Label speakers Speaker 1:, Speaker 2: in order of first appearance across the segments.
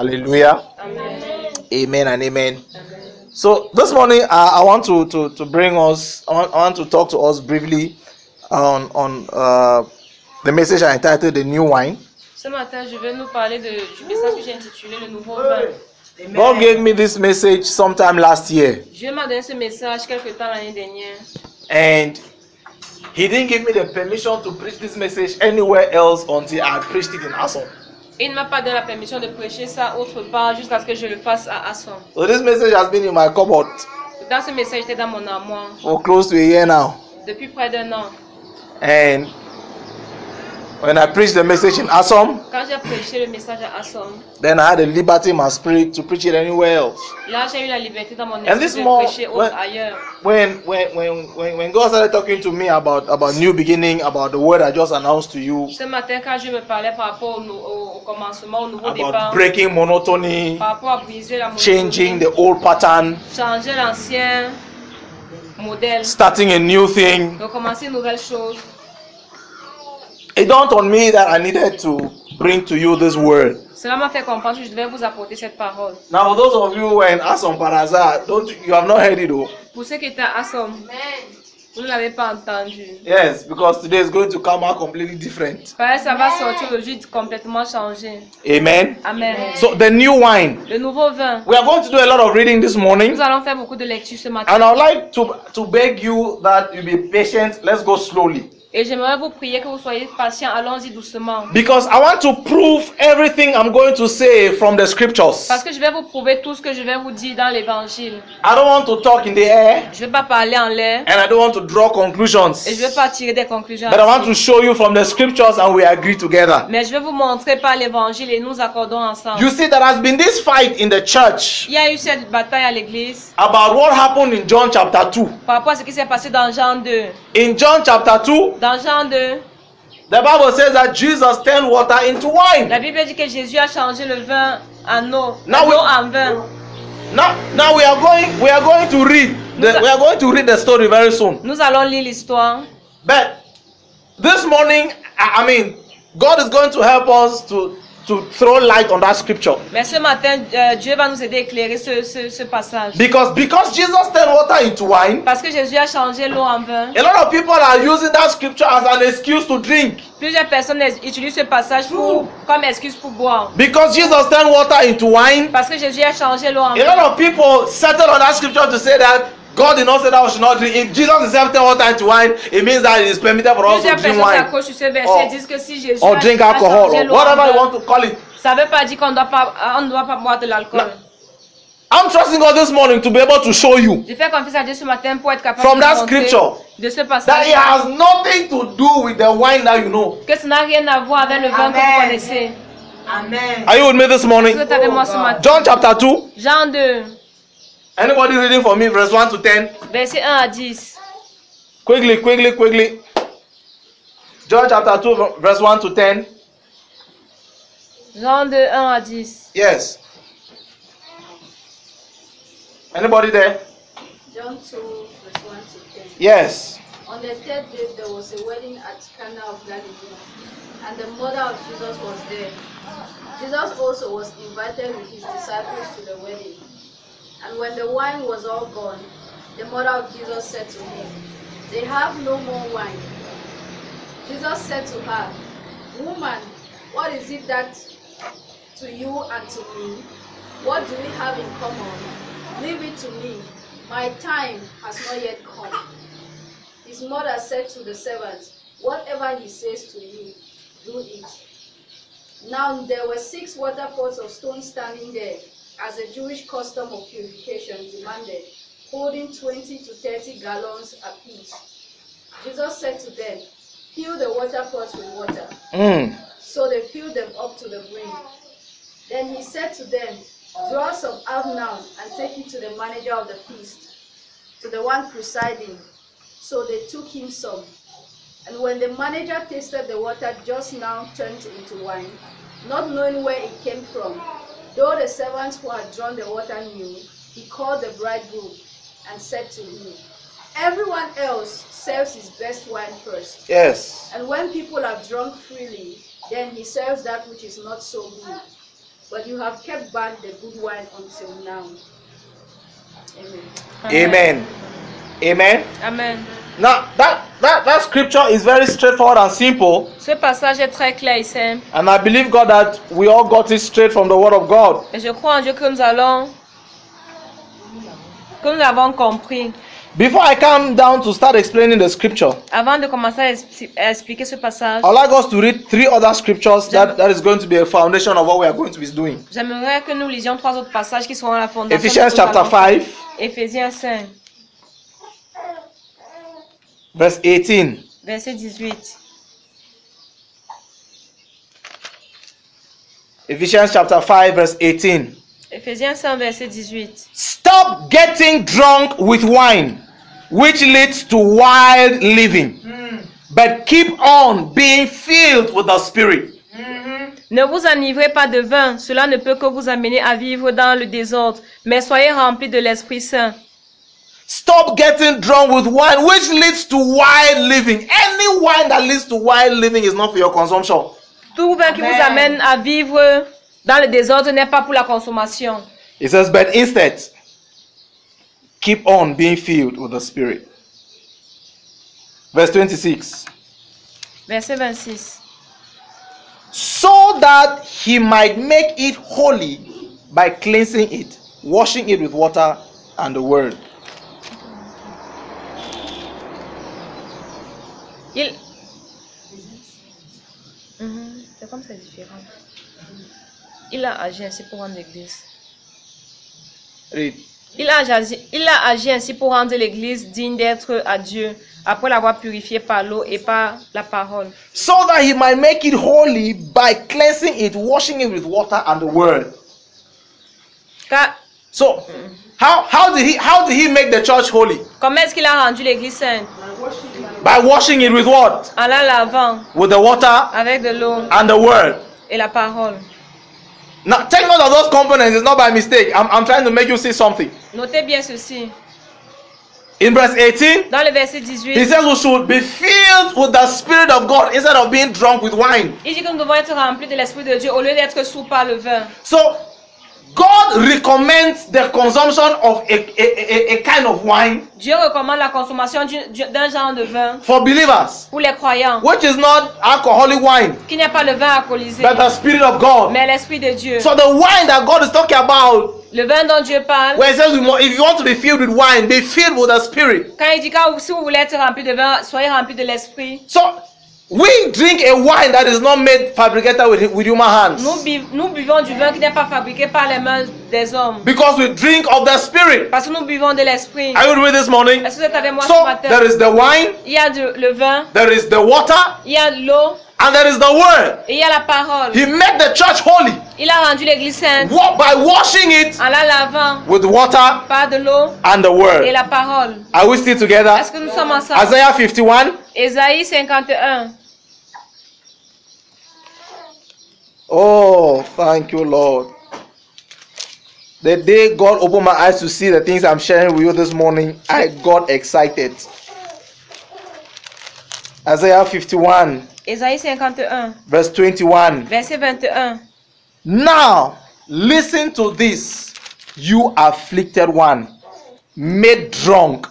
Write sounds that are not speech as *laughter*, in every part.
Speaker 1: Hallelujah. Amen and amen. So this morning, uh, I, I want to, to to bring us. I want, I want to talk to us briefly on on uh, the message I entitled "The New Wine."
Speaker 2: Ce matin, je vais nous parler de- du message que j'ai intitulé Le nouveau vin.
Speaker 1: God gave me this message sometime last year,
Speaker 2: Dieu m'a donné ce message quelque temps l'année dernière.
Speaker 1: and He didn't give me the permission to preach this message anywhere else until I preached it in Asom.
Speaker 2: Il ne m'a pas donné la permission de prêcher ça autre part jusqu'à ce que je le fasse à Asson.
Speaker 1: So this message has been in my cupboard
Speaker 2: Dans ce message, j'étais dans mon armoire
Speaker 1: for close to a year now,
Speaker 2: depuis près d'un an.
Speaker 1: and when I preached the message in Asom,
Speaker 2: Quand j'ai prêché le message à Asson,
Speaker 1: then I had the liberty in my spirit to preach it anywhere else.
Speaker 2: là, j'ai eu la liberté dans mon
Speaker 1: this
Speaker 2: esprit de
Speaker 1: more-
Speaker 2: prêcher
Speaker 1: when-
Speaker 2: autre ailleurs.
Speaker 1: when when when when when God started talking to me about about new beginning, about the word I just announced to you,
Speaker 2: Ce matin, quand je me parlais par rapport au, nou- au- au commencement, au nouveau
Speaker 1: about
Speaker 2: départ,
Speaker 1: breaking monotony,
Speaker 2: par rapport à briser la
Speaker 1: changing
Speaker 2: monotonie,
Speaker 1: the old pattern,
Speaker 2: changer l'ancien modèle,
Speaker 1: starting a new thing,
Speaker 2: recommencer une nouvelle chose.
Speaker 1: it dawned on me that I needed to bring to you this word.
Speaker 2: Cela m'a fait comprendre que je devais vous apporter cette parole.
Speaker 1: Now, for those of you who are in Asom Paraza, don't you have not heard it though?
Speaker 2: Pour ceux qui étaient à Assom, vous ne l'avez pas entendu.
Speaker 1: Yes, because today is going to come out completely different.
Speaker 2: Parce que ça va sortir le jus complètement changé.
Speaker 1: Amen.
Speaker 2: Amen.
Speaker 1: So the new wine.
Speaker 2: Le nouveau vin.
Speaker 1: We are going to do a lot of reading this morning.
Speaker 2: Nous allons faire beaucoup de lectures ce matin.
Speaker 1: And I would like to, to beg you that you be patient. Let's go slowly.
Speaker 2: Et j'aimerais vous prier que vous soyez patient. Allons-y doucement.
Speaker 1: Because I want to prove everything I'm going to say from the scriptures.
Speaker 2: Parce que je vais vous prouver tout ce que je vais vous dire dans l'évangile.
Speaker 1: I don't want to talk in the air
Speaker 2: Je ne vais pas parler en l'air.
Speaker 1: and I don't want to draw conclusions.
Speaker 2: Et je ne vais pas tirer des conclusions.
Speaker 1: But I want to show you from the scriptures and we agree together.
Speaker 2: Mais je vais vous montrer par l'évangile et nous accordons ensemble.
Speaker 1: You see, there has been this fight in the church
Speaker 2: Il y a eu cette bataille à l'église
Speaker 1: about what happened in John chapter 2.
Speaker 2: par rapport à ce qui s'est passé dans Jean 2.
Speaker 1: In John chapter 2,
Speaker 2: Dans Jean 2,
Speaker 1: the Bible says that Jesus turned water into wine.
Speaker 2: La Bible dit que Jésus a changé le vin en eau,
Speaker 1: Now
Speaker 2: l'eau
Speaker 1: we-
Speaker 2: en vin.
Speaker 1: Now, now we are going, we are going to read the, we are going to read the story very soon.
Speaker 2: Nous allons lire l'histoire.
Speaker 1: But this morning, I I mean, God is going to help us to, to throw light on that scripture.
Speaker 2: Mais ce matin, euh, Dieu va nous aider à éclairer ce, ce- ce passage.
Speaker 1: Because because Jesus turned water into wine,
Speaker 2: Parce que Jésus a changé l'eau en vin.
Speaker 1: a lot of people are using that scripture as an excuse to drink.
Speaker 2: Plusieurs personnes es- utilisent ce passage pour- comme excuse pour boire.
Speaker 1: Because Jesus turned water into wine,
Speaker 2: Parce que Jésus a changé l'eau en
Speaker 1: a
Speaker 2: vin.
Speaker 1: lot of people settle on that scripture to say that God did not say that we should not drink. If Jesus himself turned water into wine, it means that it is permitted for us to
Speaker 2: Plusieurs
Speaker 1: drink
Speaker 2: personnes
Speaker 1: wine
Speaker 2: s'accrochent sur ce verset
Speaker 1: Or-
Speaker 2: et disent que si Jésus
Speaker 1: or
Speaker 2: a,
Speaker 1: drink
Speaker 2: a
Speaker 1: alcohol
Speaker 2: changé
Speaker 1: or
Speaker 2: l'eau en
Speaker 1: whatever you
Speaker 2: vin,
Speaker 1: want to call it.
Speaker 2: ça ne veut pas dire qu'on doit pas- on ne doit pas boire de l'alcool.
Speaker 1: Non. I'm trusting God this morning to be able to show you
Speaker 2: Je fais confiance à Dieu ce matin pour être capable
Speaker 1: From
Speaker 2: de vous
Speaker 1: that
Speaker 2: montrer
Speaker 1: scripture,
Speaker 2: de ce
Speaker 1: that
Speaker 2: passage
Speaker 1: it has nothing to do with the wine that you know.
Speaker 2: que ça n'a rien à voir avec le vin que vous
Speaker 3: Amen.
Speaker 2: connaissez.
Speaker 3: Amen.
Speaker 1: Are you with me this morning?
Speaker 2: Vous êtes avec moi ce matin.
Speaker 1: John chapter 2.
Speaker 2: Jean 2,
Speaker 1: Anybody reading for me, verse 1 to 10?
Speaker 2: verset 1 Ben, à 10.
Speaker 1: Quickly, quickly, quickly. John chapter 2, verse 1 to 10.
Speaker 2: Jean 2, 1 à 10.
Speaker 1: Yes. Anybody there?
Speaker 4: John 2, verse 1 to 10.
Speaker 1: Yes.
Speaker 4: On the third day, there was a wedding at Cana of Galilee, and the mother of Jesus was there. Jesus also was invited with his disciples to the wedding. And when the wine was all gone, the mother of Jesus said to him, They have no more wine. Jesus said to her, Woman, what is it that to you and to me? What do we have in common? Leave it to me. My time has not yet come. His mother said to the servants, Whatever he says to you, do it. Now there were six water pots of stone standing there, as the Jewish custom of purification demanded, holding 20 to 30 gallons apiece. Jesus said to them, Fill the water pots with water.
Speaker 1: Mm.
Speaker 4: So they filled them up to the brim. Then he said to them, Draw some out now and take it to the manager of the feast, to the one presiding. So they took him some. And when the manager tasted the water just now turned into wine, not knowing where it came from, though the servants who had drawn the water knew, he called the bridegroom and said to him, Everyone else serves his best wine first.
Speaker 1: Yes.
Speaker 4: And when people have drunk freely, then he serves that which is not so good. but you have kept back the good wine until now. Amen.
Speaker 1: Amen. Amen.
Speaker 2: Amen.
Speaker 1: Now that that that scripture is very straightforward and simple,
Speaker 2: Ce passage est très clair et simple.
Speaker 1: and I believe God that we all got it straight from the Word of God.
Speaker 2: Et je crois en Dieu que nous allons, que nous avons compris.
Speaker 1: Before I come down to start explaining the scripture,
Speaker 2: Avant de commencer à, expli- à expliquer ce passage,
Speaker 1: I'd like us to read three other scriptures that, that is going to be a foundation of what we are going to be doing.
Speaker 2: j'aimerais que nous lisions trois autres passages qui seront la fondation. de
Speaker 1: Ephesians
Speaker 2: ce que nous
Speaker 1: chapter
Speaker 2: allons-
Speaker 1: 5,
Speaker 2: Éphésiens 5,
Speaker 1: verse 18.
Speaker 2: verset 18.
Speaker 1: Ephesians chapter 5, verse 18.
Speaker 2: Éphésiens 5, verset 18.
Speaker 1: Stop getting drunk with wine, which leads to wild living. But keep on being filled with the Spirit.
Speaker 2: Ne vous enivrez pas de vin, cela ne peut que vous amener à vivre dans le désordre, mais soyez remplis de l'Esprit Saint.
Speaker 1: Stop getting drunk with wine, which leads to wild living. Any wine that leads to wild living is not for your consumption.
Speaker 2: Tout vin qui vous amène à vivre dans le désordre n'est pas pour la consommation.
Speaker 1: It says, but instead, keep on being filled with the Spirit. Verse 26.
Speaker 2: Verset 26.
Speaker 1: so that he might make it holy by cleansing it, washing it with water and the word.
Speaker 2: Il... Mhm, C'est comme c'est différent. Il a agi ainsi pour rendre l'Église.
Speaker 1: Read.
Speaker 2: Il a, agi, il a agi ainsi pour rendre l'Église digne d'être à Dieu, après l'avoir purifiée par l'eau et par la parole.
Speaker 1: So that he might make it holy by cleansing it, washing it with water and the word.
Speaker 2: Car
Speaker 1: So, how how did he how did he make the church holy?
Speaker 2: comment est-ce qu'il a rendu l'Église sainte
Speaker 1: By washing it with what?
Speaker 2: En la lavant
Speaker 1: With the water
Speaker 2: avec de l'eau
Speaker 1: and the word.
Speaker 2: et la parole.
Speaker 1: Now, take note of those components. It's not by mistake. I'm, I'm trying to make you see something.
Speaker 2: Notez bien ceci.
Speaker 1: In verse 18,
Speaker 2: Dans le verset
Speaker 1: he
Speaker 2: 18,
Speaker 1: says we should be filled with the Spirit of God instead of being drunk with wine.
Speaker 2: il dit que nous devons être remplis de l'Esprit de Dieu au lieu d'être sous par le vin.
Speaker 1: So God recommends the consumption of a, a, a, a kind of wine
Speaker 2: Dieu recommande la consommation d'une- d'un d'un genre de vin
Speaker 1: for believers,
Speaker 2: pour les croyants,
Speaker 1: which is not alcoholic wine,
Speaker 2: qui n'est pas le vin alcoolisé,
Speaker 1: but the Spirit of God.
Speaker 2: mais l'Esprit de Dieu.
Speaker 1: So the wine that God is talking about,
Speaker 2: Le vin dont Dieu parle,
Speaker 1: where it says we mu- if you want to be filled with wine, be filled with the Spirit.
Speaker 2: quand il dit quand, si vous voulez être rempli de vin, soyez remplis de l'Esprit.
Speaker 1: So we drink a wine that is not made fabricated with, with human
Speaker 2: Nous,
Speaker 1: hands.
Speaker 2: buv- nous buvons du vin qui n'est pas fabriqué par les mains des hommes,
Speaker 1: Because we drink of the Spirit.
Speaker 2: parce que nous buvons de l'Esprit.
Speaker 1: Are you with me this morning?
Speaker 2: Est-ce que vous êtes avec moi ce
Speaker 1: Ah So
Speaker 2: matin?
Speaker 1: there is the wine,
Speaker 2: Il y a de- le vin,
Speaker 1: there is the water,
Speaker 2: il y a l'eau
Speaker 1: and there is the word.
Speaker 2: et il y a la parole.
Speaker 1: He made the church holy.
Speaker 2: Il a rendu l'église sainte
Speaker 1: Wa- by washing it
Speaker 2: en la lavant
Speaker 1: with water
Speaker 2: par de l'eau
Speaker 1: and the
Speaker 2: et
Speaker 1: word.
Speaker 2: la parole.
Speaker 1: Are we still together?
Speaker 2: Est-ce que nous sommes ensemble?
Speaker 1: Isaiah 51.
Speaker 2: Ésaïe 51.
Speaker 1: Oh, thank you, Lord. The day God opened my eyes to see the things I'm sharing with you this morning, I got excited. Isaiah 51,
Speaker 2: Ésaïe 51,
Speaker 1: verse 21.
Speaker 2: verset 21.
Speaker 1: Now, listen to this, you afflicted one, made drunk,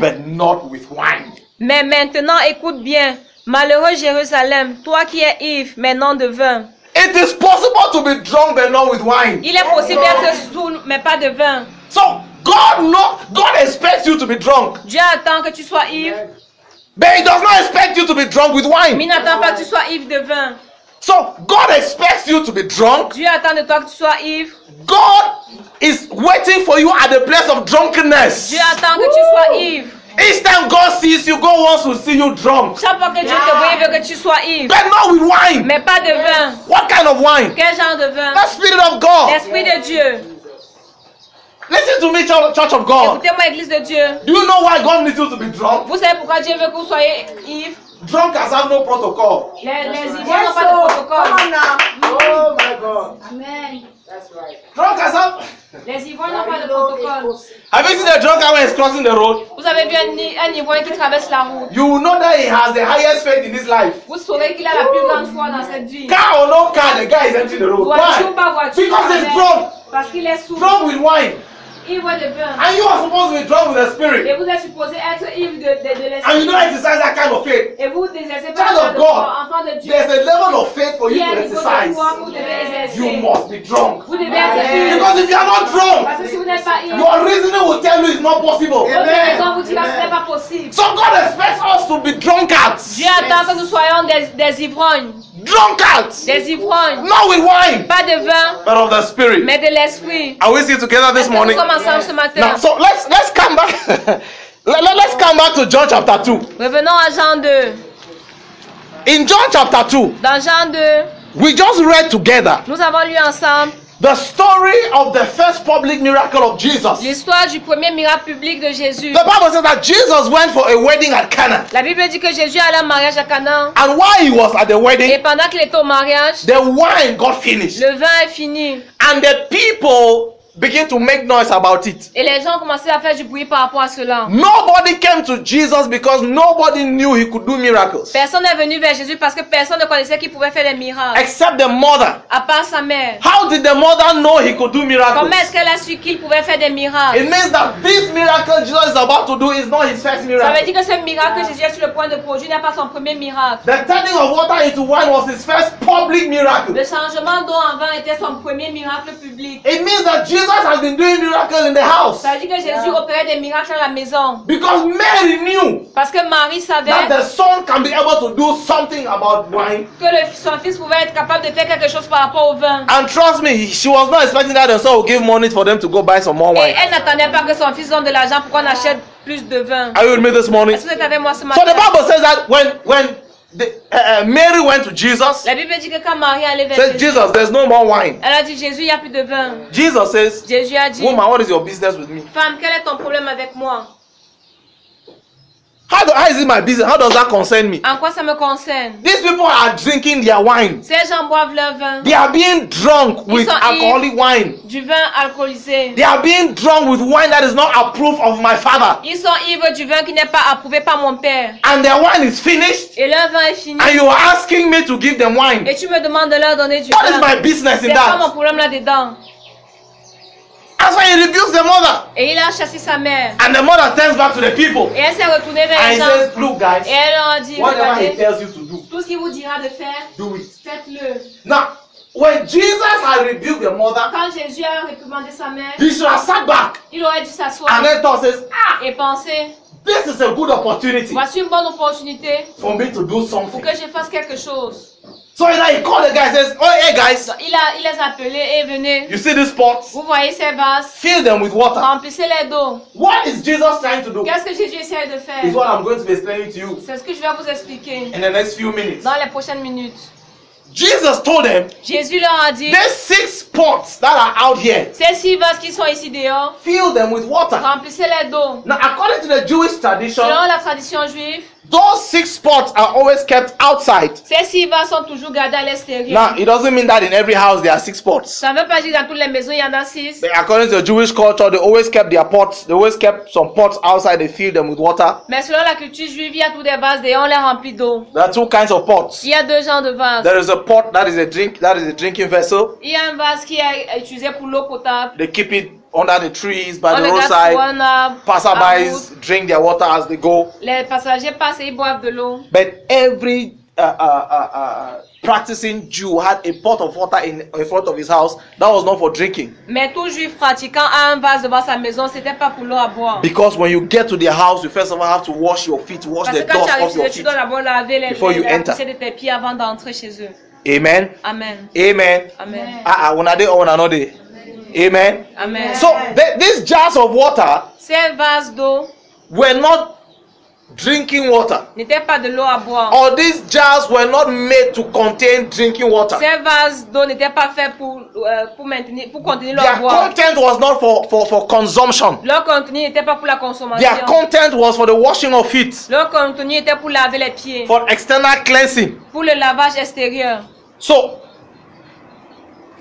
Speaker 1: but not with wine.
Speaker 2: Mais maintenant, écoute bien. Malheureux Jérusalem, toi qui es ivre, mais non de vin.
Speaker 1: It is possible to be drunk, but not with wine.
Speaker 2: Il est possible d'être saoul, mais pas de vin.
Speaker 1: So God no, God expects you to be drunk,
Speaker 2: Dieu attend que tu sois ivre,
Speaker 1: but He does not expect you to be drunk with
Speaker 2: mais il
Speaker 1: wine.
Speaker 2: n'attend pas que tu sois ivre de vin.
Speaker 1: So God expects you to be drunk.
Speaker 2: Dieu attend de toi que tu sois ivre.
Speaker 1: God is waiting for you at the place of drunkenness.
Speaker 2: Dieu attend que tu sois ivre.
Speaker 1: Each time God sees you, God wants to see you drunk,
Speaker 2: Chaque fois que Dieu te voit, il veut que tu sois ivre.
Speaker 1: but not with wine.
Speaker 2: Mais pas de vin.
Speaker 1: What kind of wine?
Speaker 2: Quel genre de vin?
Speaker 1: The Spirit of God.
Speaker 2: L'Esprit de Dieu.
Speaker 1: Listen to me, Church Church of God.
Speaker 2: Écoutez-moi, Église de Dieu.
Speaker 1: Do you know why God needs you to be drunk?
Speaker 2: Vous savez pourquoi Dieu veut que vous soyez ivres?
Speaker 1: Drunkards have no protocol.
Speaker 2: Les, les ivres n'ont pas de protocole.
Speaker 1: Oh my God.
Speaker 4: Amen.
Speaker 1: Drunkards have.
Speaker 2: Les ivres n'ont pas de protocole.
Speaker 1: Have you seen a drunk guy when he's crossing the road?
Speaker 2: Vous Vous avez vu un, ni- un Ivoirien qui traverse la route.
Speaker 1: You will know that he has the highest faith in his life.
Speaker 2: Vous saurez qu'il a la plus grande foi dans cette vie.
Speaker 1: Car or no car, the guy is entering the road.
Speaker 2: Voiture ou
Speaker 1: Why?
Speaker 2: pas voiture.
Speaker 1: Because
Speaker 2: mais-
Speaker 1: he's drunk,
Speaker 2: Parce qu'il est sourd.
Speaker 1: drunk with wine.
Speaker 2: Ivre de vin.
Speaker 1: And you are supposed to be drunk with the spirit.
Speaker 2: Et vous êtes supposé être ivre de, de, de
Speaker 1: And you
Speaker 2: l'esprit.
Speaker 1: don't exercise that kind of faith.
Speaker 2: Et vous n'exercez pas
Speaker 1: Child
Speaker 2: la foi
Speaker 1: of
Speaker 2: de
Speaker 1: God,
Speaker 2: foi, enfant de Dieu.
Speaker 1: there's a level of faith for
Speaker 2: Il
Speaker 1: you
Speaker 2: y
Speaker 1: to
Speaker 2: a un niveau de
Speaker 1: exercise.
Speaker 2: foi que vous devez exercer.
Speaker 1: You must be drunk.
Speaker 2: Vous devez être ivre.
Speaker 1: Because if you are not
Speaker 2: Parce
Speaker 1: drunk,
Speaker 2: que si vous n'êtes pas ivre,
Speaker 1: your reasoning will tell you it's not possible.
Speaker 2: votre raison vous dira que ce n'est pas possible.
Speaker 1: So God expects us to be drunkards.
Speaker 2: Dieu attend que nous soyons des, des ivrognes.
Speaker 1: Drunkards!
Speaker 2: Des ivrognes.
Speaker 1: Not with wine,
Speaker 2: Pas de vin,
Speaker 1: but of the spirit.
Speaker 2: mais de l'esprit.
Speaker 1: Are we still together this
Speaker 2: Est-ce que nous
Speaker 1: morning?
Speaker 2: sommes ensemble ce matin.
Speaker 1: Now, so let's let's come back. *laughs* let, let, us come back to John chapter 2.
Speaker 2: Revenons à Jean 2.
Speaker 1: In John chapter 2,
Speaker 2: Dans Jean 2,
Speaker 1: we just read together
Speaker 2: nous avons lu ensemble
Speaker 1: the story of the first public miracle of Jesus.
Speaker 2: l'histoire du premier miracle public de Jésus.
Speaker 1: The Bible says that Jesus went for a wedding at Cana.
Speaker 2: La Bible dit que Jésus allait en mariage à Canaan.
Speaker 1: And while he was at the
Speaker 2: Et
Speaker 1: wedding,
Speaker 2: pendant qu'il était au mariage,
Speaker 1: the wine got finished.
Speaker 2: le vin est fini.
Speaker 1: And the people began to make noise about it.
Speaker 2: Et les gens commençaient à faire du bruit par rapport à cela.
Speaker 1: Nobody came to Jesus because nobody knew he could do miracles.
Speaker 2: Personne n'est venu vers Jésus parce que personne ne connaissait qu'il pouvait faire des miracles.
Speaker 1: Except the mother.
Speaker 2: À part sa mère.
Speaker 1: How did the mother know he could do miracles?
Speaker 2: Comment est-ce qu'elle a su qu'il pouvait faire des miracles?
Speaker 1: It means that this miracle Jesus is about to do is not his first
Speaker 2: Ça veut
Speaker 1: miracle.
Speaker 2: dire que ce miracle que Jésus est sur le point de produire n'est pas son premier miracle.
Speaker 1: The turning of water into wine was his first public miracle.
Speaker 2: Le changement d'eau en vin était son premier miracle public.
Speaker 1: It means that Jesus has been doing miracles in the house
Speaker 2: Ça veut dire que Jésus opérait des miracles à la maison.
Speaker 1: because Mary knew
Speaker 2: Parce que Marie
Speaker 1: that
Speaker 2: savait
Speaker 1: the son can be able to do something about wine.
Speaker 2: que le- son fils pouvait être capable de faire quelque chose par rapport au vin.
Speaker 1: And trust me, she was not expecting that the son would give money for them to go buy some more
Speaker 2: Et
Speaker 1: wine.
Speaker 2: elle n'attendait pas que son fils donne de l'argent pour qu'on achète plus de vin.
Speaker 1: Are you with me this morning?
Speaker 2: Est-ce que vous êtes avec moi ce
Speaker 1: So
Speaker 2: matin?
Speaker 1: the Bible says that when when the, uh, uh, Mary went to Jesus,
Speaker 2: La Bible dit que quand Marie allait vers
Speaker 1: says
Speaker 2: Jésus,
Speaker 1: Jesus, there's no more wine.
Speaker 2: elle a dit Jésus, il n'y a plus de vin.
Speaker 1: Jesus says,
Speaker 2: Jésus a dit,
Speaker 1: Woman, what is your business with me?
Speaker 2: femme, quel est ton problème avec moi?
Speaker 1: How do how is it my business? How does that concern me?
Speaker 2: En quoi ça me concerne?
Speaker 1: These people are drinking their wine.
Speaker 2: Ces gens boivent leur vin,
Speaker 1: They are being drunk with
Speaker 2: sont ivres.
Speaker 1: alcoholic wine.
Speaker 2: du vin alcoolisé.
Speaker 1: They are being drunk with wine that is not approved of my father.
Speaker 2: Ils sont ivres du vin qui n'est pas approuvé par mon père.
Speaker 1: And their wine is finished.
Speaker 2: Et leur vin est fini.
Speaker 1: And you are asking me to give them wine.
Speaker 2: Et tu me demandes de leur donner du
Speaker 1: What is
Speaker 2: vin.
Speaker 1: my business in
Speaker 2: C'est quoi mon
Speaker 1: that?
Speaker 2: problème là-dedans?
Speaker 1: That's why he rebukes the mother.
Speaker 2: Et il a chassé sa mère.
Speaker 1: And the mother turns back to the people.
Speaker 2: Et elle s'est retournée vers
Speaker 1: And
Speaker 2: les
Speaker 1: he
Speaker 2: gens.
Speaker 1: says, Look,
Speaker 2: Et
Speaker 1: guys,
Speaker 2: elle leur a dit,
Speaker 1: whatever he
Speaker 2: regardez,
Speaker 1: tells you to do,
Speaker 2: tout ce qu'il vous dira de faire,
Speaker 1: do it.
Speaker 2: faites-le.
Speaker 1: Now, when Jesus had rebuked the mother,
Speaker 2: Quand Jésus a réprimandé sa mère,
Speaker 1: he should have sat back
Speaker 2: il aurait dû
Speaker 1: and
Speaker 2: s'asseoir
Speaker 1: then thought, says, Ah,
Speaker 2: et penser,
Speaker 1: this is a good opportunity
Speaker 2: voici une bonne opportunité
Speaker 1: for me to do
Speaker 2: pour
Speaker 1: something.
Speaker 2: que je fasse quelque chose.
Speaker 1: So then he called the guy and says, Oh, hey guys,
Speaker 2: Donc, il, a, il les a appelés et venez.
Speaker 1: you see these pots?
Speaker 2: Vous voyez ces vases,
Speaker 1: Fill them with
Speaker 2: Uh,
Speaker 1: water.
Speaker 2: remplissez-les d'eau.
Speaker 1: What is Jesus trying to do?
Speaker 2: Qu'est-ce que Jésus essaie de
Speaker 1: Is
Speaker 2: faire
Speaker 1: what I'm going to be explaining to you
Speaker 2: C'est ce que je vais vous expliquer
Speaker 1: in the next few minutes.
Speaker 2: dans les prochaines minutes.
Speaker 1: Jesus told them,
Speaker 2: Jésus leur a dit,
Speaker 1: There's six pots that are out here.
Speaker 2: ces six vases qui sont ici dehors,
Speaker 1: Fill them with water.
Speaker 2: remplissez-les d'eau.
Speaker 1: Now, according to the Jewish tradition,
Speaker 2: Selon la tradition juive,
Speaker 1: those six pots are always kept outside.
Speaker 2: ces six vases sont toujours gardés à l'extérieur.
Speaker 1: Now, it doesn't mean that in every house there are six pots.
Speaker 2: Ça ne veut pas dire que dans toutes les maisons, il y en a six.
Speaker 1: They- According to the Jewish culture, they always kept their pots. They always kept some pots outside. They filled them with water.
Speaker 2: Mais selon la culture juive, il y a tous des vases et on les remplit d'eau.
Speaker 1: There are two kinds of pots.
Speaker 2: Il y a deux genres de vases.
Speaker 1: There is a pot that is a drink that is a drinking vessel.
Speaker 2: Il y a un vase qui est utilisé pour l'eau potable.
Speaker 1: They keep it under the trees
Speaker 2: On
Speaker 1: by the
Speaker 2: le garde sous
Speaker 1: roadside.
Speaker 2: un arbre. à route.
Speaker 1: Passerbys drink their water as they go.
Speaker 2: Les passagers passent et ils boivent de l'eau.
Speaker 1: But every uh, uh, uh, uh, practicing Jew had a pot of water in, in front of his house. That was not for drinking.
Speaker 2: Mais tout juif pratiquant a un vase devant sa maison, c'était pas pour l'eau à boire.
Speaker 1: Because when you get to their house, you first of all have to wash your feet, wash
Speaker 2: Parce
Speaker 1: the
Speaker 2: que quand
Speaker 1: dust
Speaker 2: tu arrives
Speaker 1: off
Speaker 2: chez
Speaker 1: your
Speaker 2: eux, tu
Speaker 1: feet.
Speaker 2: dois d'abord laver les
Speaker 1: Before
Speaker 2: pieds,
Speaker 1: you
Speaker 2: la
Speaker 1: enter.
Speaker 2: poussée de tes pieds avant d'entrer chez eux.
Speaker 1: Amen.
Speaker 2: Amen.
Speaker 1: Amen.
Speaker 2: Amen.
Speaker 1: Ah, uh, una day or una no day. Amen.
Speaker 2: Amen.
Speaker 1: So th- these jars of water
Speaker 2: Ces vases d'eau
Speaker 1: were not drinking water,
Speaker 2: n'étaient pas de l'eau à boire.
Speaker 1: or these jars were not made to contain drinking water.
Speaker 2: Ces vases d'eau n'étaient pas faits pour, euh, pour, maintenir, pour contenir l'eau à
Speaker 1: Their
Speaker 2: boire.
Speaker 1: content was not for, for, for consumption.
Speaker 2: Leur contenu n'était pas pour la
Speaker 1: Their
Speaker 2: consommation.
Speaker 1: content was for the washing of feet,
Speaker 2: Leur contenu était pour laver les pieds,
Speaker 1: Oh. for external cleansing.
Speaker 2: pour le lavage extérieur.
Speaker 1: So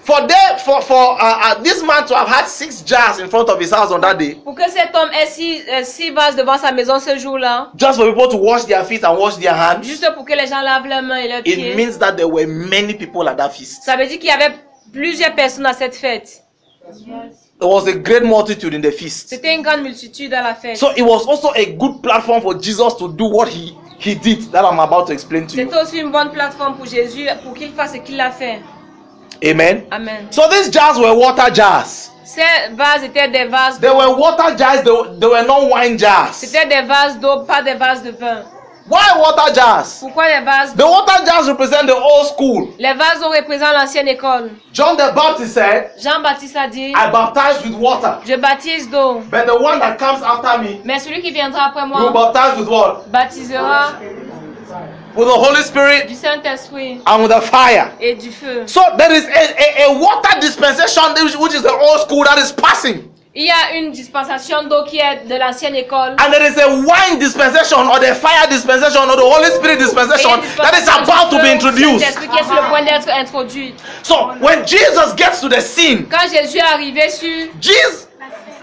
Speaker 1: For there, for for uh, uh, this man to have had six jars in front of his house on that day,
Speaker 2: Pour que cet homme ait six, euh, six vases devant sa maison ce jour-là,
Speaker 1: just for people to wash their feet and wash their hands,
Speaker 2: juste pour que les gens lavent leurs mains et leurs
Speaker 1: it
Speaker 2: pieds,
Speaker 1: means that there were many people at that feast.
Speaker 2: ça veut dire qu'il y avait plusieurs personnes à cette fête.
Speaker 1: There was a great multitude in the feast.
Speaker 2: C'était une grande multitude à la fête.
Speaker 1: So it was also a good platform for Jesus to do what he he did that I'm about to explain to you.
Speaker 2: C'était aussi une bonne plateforme pour Jésus pour qu'il fasse ce qu'il a fait.
Speaker 1: Amen.
Speaker 2: Amen.
Speaker 1: So these jars were water jars.
Speaker 2: Ces vases étaient des vases
Speaker 1: They
Speaker 2: d'eau.
Speaker 1: were water jars. They, were- they were not wine jars.
Speaker 2: C'était des vases d'eau, pas des vases de vin.
Speaker 1: Why water jars?
Speaker 2: Pourquoi les vases
Speaker 1: The water jars represent the old school.
Speaker 2: Les vases d'eau représentent l'ancienne école.
Speaker 1: John the Baptist said,
Speaker 2: Jean-Baptiste a dit
Speaker 1: "I baptize with water,
Speaker 2: Je baptise d'eau,
Speaker 1: but the one that comes after me
Speaker 2: mais celui qui viendra après
Speaker 1: will
Speaker 2: moi
Speaker 1: baptize with what?
Speaker 2: baptisera
Speaker 1: With the Holy Spirit
Speaker 2: du Saint-Esprit
Speaker 1: and with the fire."
Speaker 2: et du feu.
Speaker 1: So there is a, a, a water dispensation which- which is the old school that is passing,
Speaker 2: Il y a une dispensation d'eau qui est de l'ancienne école.
Speaker 1: and there is a wine dispensation or the fire dispensation or the Holy Spirit
Speaker 2: Et il y a
Speaker 1: dispensation
Speaker 2: une
Speaker 1: that is
Speaker 2: dispensation
Speaker 1: about to
Speaker 2: du
Speaker 1: be
Speaker 2: feu
Speaker 1: introduced.
Speaker 2: Saint-Esprit qui est sur le point d'être introduit.
Speaker 1: So when Jesus gets to the scene,
Speaker 2: Quand Jésus est arrivé sur
Speaker 1: Jesus,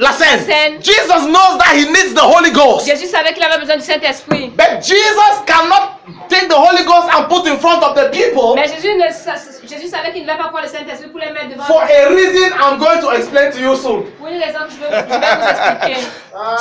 Speaker 2: La
Speaker 1: listen,
Speaker 2: scène.
Speaker 1: Jesus knows that he needs the Holy Ghost.
Speaker 2: Jésus savait qu'il avait besoin du Saint-Esprit.
Speaker 1: But Jesus cannot take the Holy Ghost and put in front of the people
Speaker 2: Mais Jésus, ne, sa- sa- Jésus savait qu'il ne devait pas prendre le Saint-Esprit pour les mettre devant.
Speaker 1: for a reason I'm going to explain to you soon.
Speaker 2: Pour une raison que je, veux, je vais vous expliquer.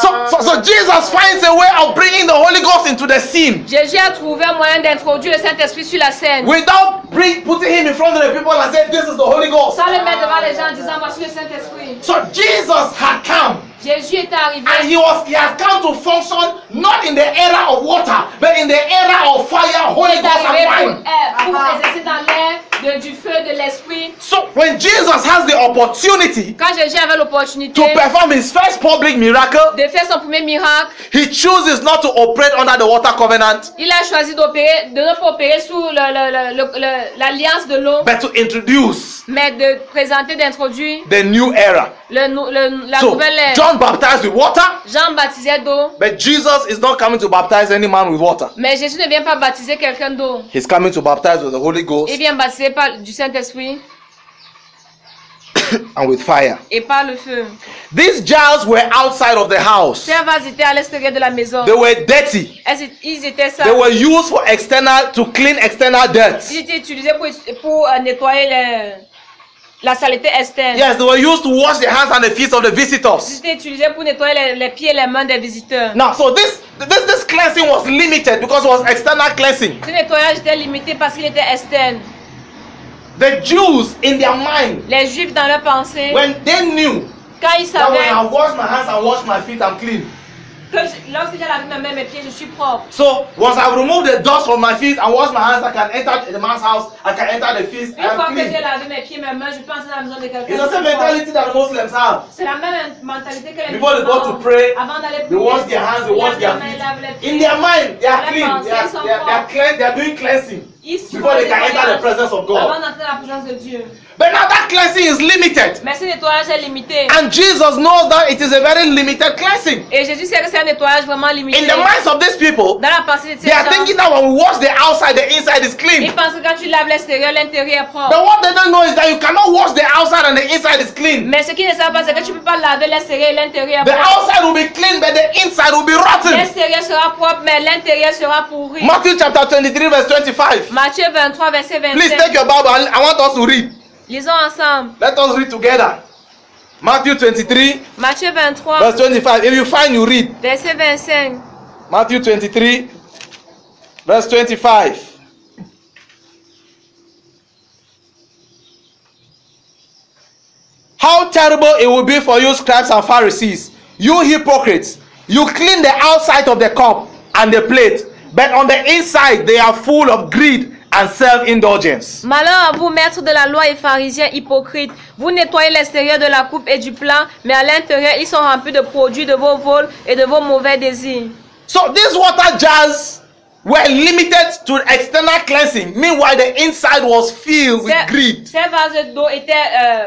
Speaker 1: So, so, so Jesus finds a way of bringing the Holy Ghost into the scene
Speaker 2: Jésus a trouvé un moyen d'introduire le Saint-Esprit sur la scène.
Speaker 1: without bring, putting him in front of the people and saying, This is the Holy Ghost.
Speaker 2: Sans le mettre devant les gens en disant Voici le Saint-Esprit.
Speaker 1: So Jesus had come
Speaker 2: Jésus était arrivé.
Speaker 1: and he was he had come to function not in the era of water but in the era of fire, Holy
Speaker 2: Il est
Speaker 1: Ghost
Speaker 2: arrivé
Speaker 1: and
Speaker 2: pour,
Speaker 1: wine.
Speaker 2: euh, pour exercer dans l'air de- du feu de l'esprit.
Speaker 1: So when Jesus has the opportunity
Speaker 2: Quand Jésus avait l'opportunité
Speaker 1: to perform his first public miracle,
Speaker 2: de faire son premier miracle,
Speaker 1: he chooses not to operate under the water covenant,
Speaker 2: il a choisi d'opérer, de ne pas opérer sous le- le- le- le- le- l'alliance de l'eau,
Speaker 1: but to introduce
Speaker 2: mais de présenter, d'introduire
Speaker 1: the new era.
Speaker 2: le nou- le- la
Speaker 1: So
Speaker 2: nouvelle ère.
Speaker 1: John baptized with water,
Speaker 2: Jean baptisait d'eau,
Speaker 1: but Jesus is not coming to baptize any man with water.
Speaker 2: mais Jésus ne vient pas baptiser quelqu'un d'eau.
Speaker 1: He's coming to baptize with the Holy
Speaker 2: Il
Speaker 1: Ghost
Speaker 2: vient baptiser par du Saint-Esprit
Speaker 1: and with fire.
Speaker 2: et par le feu.
Speaker 1: These jars were outside of the house.
Speaker 2: Ces vases étaient à l'extérieur de la maison.
Speaker 1: They were dirty.
Speaker 2: Elles- Ils étaient
Speaker 1: They
Speaker 2: sales.
Speaker 1: were used for external to clean external dirt.
Speaker 2: Ils étaient utilisés pour, pour euh, nettoyer le- la saleté externe.
Speaker 1: Yes, they were used to wash the hands and the feet of the visitors.
Speaker 2: Ils étaient utilisés pour nettoyer les, les pieds et les mains des visiteurs.
Speaker 1: Now, so this this this cleansing was limited because it was external cleansing.
Speaker 2: Ce nettoyage était limité parce qu'il était externe.
Speaker 1: The Jews in their mind,
Speaker 2: Les juifs, dans leur pensée,
Speaker 1: when they knew
Speaker 2: quand ils
Speaker 1: that when I
Speaker 2: savaient
Speaker 1: wash my hands and wash my feet, I'm clean.
Speaker 2: que je- lorsque j'ai lavé mes mains, mes pieds, je suis propre.
Speaker 1: So once I remove the dust from my feet and wash my hands, I can enter the man's house. I can enter the feast.
Speaker 2: Une fois
Speaker 1: I'm
Speaker 2: que j'ai
Speaker 1: clean.
Speaker 2: lavé mes pieds, mes mains, je peux entrer dans la maison de quelqu'un.
Speaker 1: Ah, It's the same
Speaker 2: je suis propre.
Speaker 1: mentality that Muslims have.
Speaker 2: C'est la même mentalité que les
Speaker 1: Before they
Speaker 2: musulmans
Speaker 1: go to
Speaker 2: ont.
Speaker 1: pray,
Speaker 2: avant d'aller
Speaker 1: They wash their hands, they wash their
Speaker 2: Ils lavent les mains, ils lavent les
Speaker 1: feet. In
Speaker 2: pieds.
Speaker 1: their mind, they are clean. They are, they are, they are clean. They are doing cleansing
Speaker 2: Ils sont
Speaker 1: before they can
Speaker 2: nettoyés
Speaker 1: enter the presence of
Speaker 2: Avant
Speaker 1: God.
Speaker 2: d'entrer dans la présence de Dieu.
Speaker 1: But now that cleansing is limited,
Speaker 2: Mais ce nettoyage est limité.
Speaker 1: and Jesus knows that it is a very limited cleansing.
Speaker 2: Et Jésus sait que c'est un nettoyage vraiment limité.
Speaker 1: In the minds of these people,
Speaker 2: Dans la pensée de ces
Speaker 1: they are
Speaker 2: gens,
Speaker 1: thinking that when we wash the outside, the inside is
Speaker 2: ils
Speaker 1: clean.
Speaker 2: pensent que quand tu laves l'extérieur, l'intérieur est propre.
Speaker 1: But what they don't know is that you cannot wash the outside and the inside is clean.
Speaker 2: Mais ce qu'ils ne savent pas, c'est que tu ne peux pas laver l'extérieur et l'intérior est
Speaker 1: The
Speaker 2: propre.
Speaker 1: outside will be clean, but the inside will be rotten.
Speaker 2: L'extérieur sera propre, mais l'intérieur sera pourri.
Speaker 1: Matthew chapter 23, verse 25.
Speaker 2: Matthieu 23, verset
Speaker 1: Please
Speaker 2: 27.
Speaker 1: take your Bible. I I want us to read.
Speaker 2: Lisons ensemble.
Speaker 1: Let us read together. Matthew 23,
Speaker 2: Matthieu 23,
Speaker 1: verse 25. If you find, you read.
Speaker 2: verset 25.
Speaker 1: Matthew 23, verse 25. How terrible it will be for you, scribes and Pharisees, you hypocrites! You clean the outside of the cup and the plate, but on the inside they are full of greed and self indulgence.
Speaker 2: Malheur à vous, maîtres de la loi et pharisiens hypocrites. Vous nettoyez l'extérieur de la coupe et du plat, mais à l'intérieur, ils sont remplis de produits de vos vols et de vos mauvais désirs.
Speaker 1: So these water jars were limited to external cleansing, meanwhile, the inside was filled with
Speaker 2: Ces,
Speaker 1: greed.
Speaker 2: ces vases d'eau étaient euh,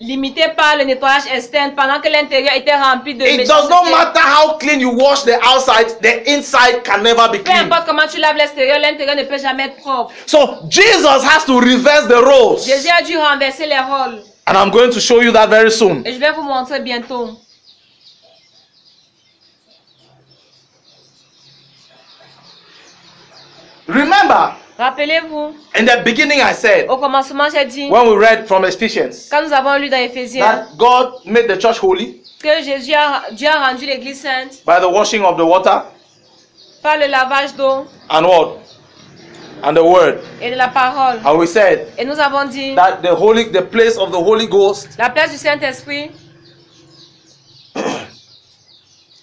Speaker 2: limité par le nettoyage externe pendant que l'intérieur était rempli de
Speaker 1: It does not
Speaker 2: méchanceté.
Speaker 1: matter how clean you wash the outside, the inside can never be
Speaker 2: Peu
Speaker 1: clean.
Speaker 2: importe comment tu laves l'extérieur, l'intérieur ne peut jamais être propre.
Speaker 1: So Jesus has to reverse the roles.
Speaker 2: Jésus a dû renverser les rôles.
Speaker 1: And I'm going to show you that very soon.
Speaker 2: Et je vais vous montrer bientôt.
Speaker 1: Remember,
Speaker 2: Rappelez-vous,
Speaker 1: in the beginning I said,
Speaker 2: au commencement, j'ai dit,
Speaker 1: when we read from Ephesians,
Speaker 2: quand nous avons lu dans Éphésiens,
Speaker 1: that God made the church holy
Speaker 2: que Jésus a, Dieu a rendu l'église sainte
Speaker 1: by the washing of the water
Speaker 2: par le lavage d'eau
Speaker 1: and what? And the word.
Speaker 2: et de la parole.
Speaker 1: And we said
Speaker 2: Et nous avons dit,
Speaker 1: that the holy the place of the Holy Ghost
Speaker 2: la place du Saint-Esprit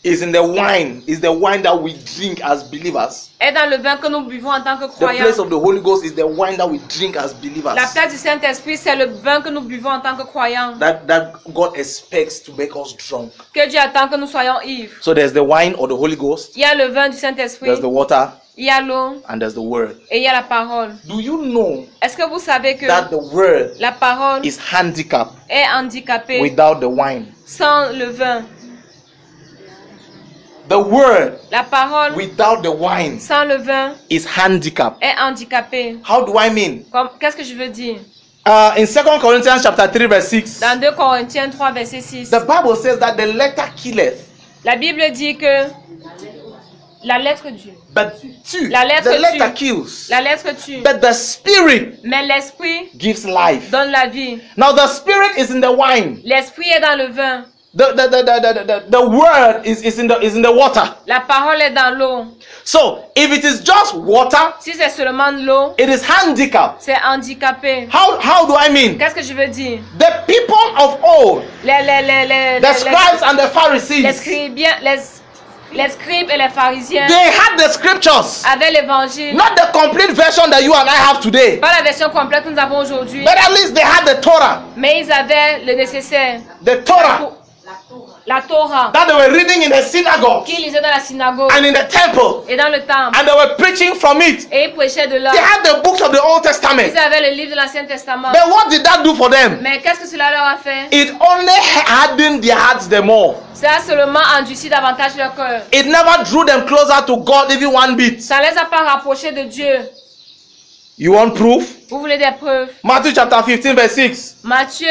Speaker 1: is in the wine, is the wine that we drink as believers.
Speaker 2: est dans le vin que nous buvons en tant que
Speaker 1: The place
Speaker 2: croyants.
Speaker 1: of the Holy Ghost is the wine that we drink as
Speaker 2: La
Speaker 1: believers.
Speaker 2: place du Saint-Esprit, c'est le vin que nous buvons en tant que croyants.
Speaker 1: That that God expects to make us drunk.
Speaker 2: Que Dieu attend que nous soyons ivres.
Speaker 1: So there's the wine or the Holy Ghost,
Speaker 2: Il y a le vin du Saint-Esprit,
Speaker 1: there's the water,
Speaker 2: il y a l'eau
Speaker 1: and there's the word.
Speaker 2: et il y a la parole.
Speaker 1: Do you know
Speaker 2: Est-ce que vous savez que
Speaker 1: that the word
Speaker 2: la parole
Speaker 1: is handicapped
Speaker 2: est handicapée
Speaker 1: without the wine?
Speaker 2: sans le vin?
Speaker 1: The word
Speaker 2: La parole
Speaker 1: without the wine
Speaker 2: sans le vin
Speaker 1: is handicapped.
Speaker 2: est handicapée.
Speaker 1: How do I mean?
Speaker 2: Comme- Qu'est-ce que je veux dire?
Speaker 1: Uh, in 2 Corinthians chapter 3 verse 6,
Speaker 2: Dans 2 Corinthiens 3, verset 6,
Speaker 1: the Bible says that the letter killeth,
Speaker 2: la Bible dit que la lettre tue.
Speaker 1: but two,
Speaker 2: La lettre
Speaker 1: the letter
Speaker 2: tue.
Speaker 1: kills,
Speaker 2: La lettre tue.
Speaker 1: but the spirit
Speaker 2: Mais l'esprit
Speaker 1: gives life.
Speaker 2: donne la vie.
Speaker 1: Now the spirit is in the wine.
Speaker 2: L'esprit est dans le vin.
Speaker 1: The, the, the, the, the, the, the word is, is, in the, is in the water.
Speaker 2: La parole est dans l'eau.
Speaker 1: So if it is just water,
Speaker 2: Si c'est seulement de l'eau,
Speaker 1: it is handicapped.
Speaker 2: c'est handicapé.
Speaker 1: How, how do I mean?
Speaker 2: Qu'est-ce que je veux dire?
Speaker 1: The people of old,
Speaker 2: Les, les, les, les,
Speaker 1: the
Speaker 2: les-
Speaker 1: scribes and the
Speaker 2: les
Speaker 1: Pharisees, they
Speaker 2: scribiens- les, les scribes et les pharisiens
Speaker 1: had the scriptures,
Speaker 2: avaient l'évangile.
Speaker 1: not the complete version that you and I have today,
Speaker 2: Pas la version complète que nous avons aujourd'hui,
Speaker 1: but at least they had the Torah,
Speaker 2: mais ils avaient le nécessaire.
Speaker 1: the Torah
Speaker 2: Pour- La Torah
Speaker 1: that they were reading in the synagogue
Speaker 2: qu'ils lisaient dans la synagogue
Speaker 1: and in the temple,
Speaker 2: et dans le temple.
Speaker 1: and they were preaching from it.
Speaker 2: Et ils prêchaient de là.
Speaker 1: They had the books of the Old Testament.
Speaker 2: Ils avaient le livre de l'Ancien Testament.
Speaker 1: But what did that do for them?
Speaker 2: Mais qu'est-ce que cela leur a fait?
Speaker 1: It only hardened their hearts the more.
Speaker 2: Ça a seulement endurci davantage leur cœur.
Speaker 1: It never drew them closer to God even one bit.
Speaker 2: Ça les a pas rapprochés de Dieu.
Speaker 1: You want proof?
Speaker 2: Vous voulez des preuves?
Speaker 1: Matthew chapter 15, verse 6.
Speaker 2: Matthieu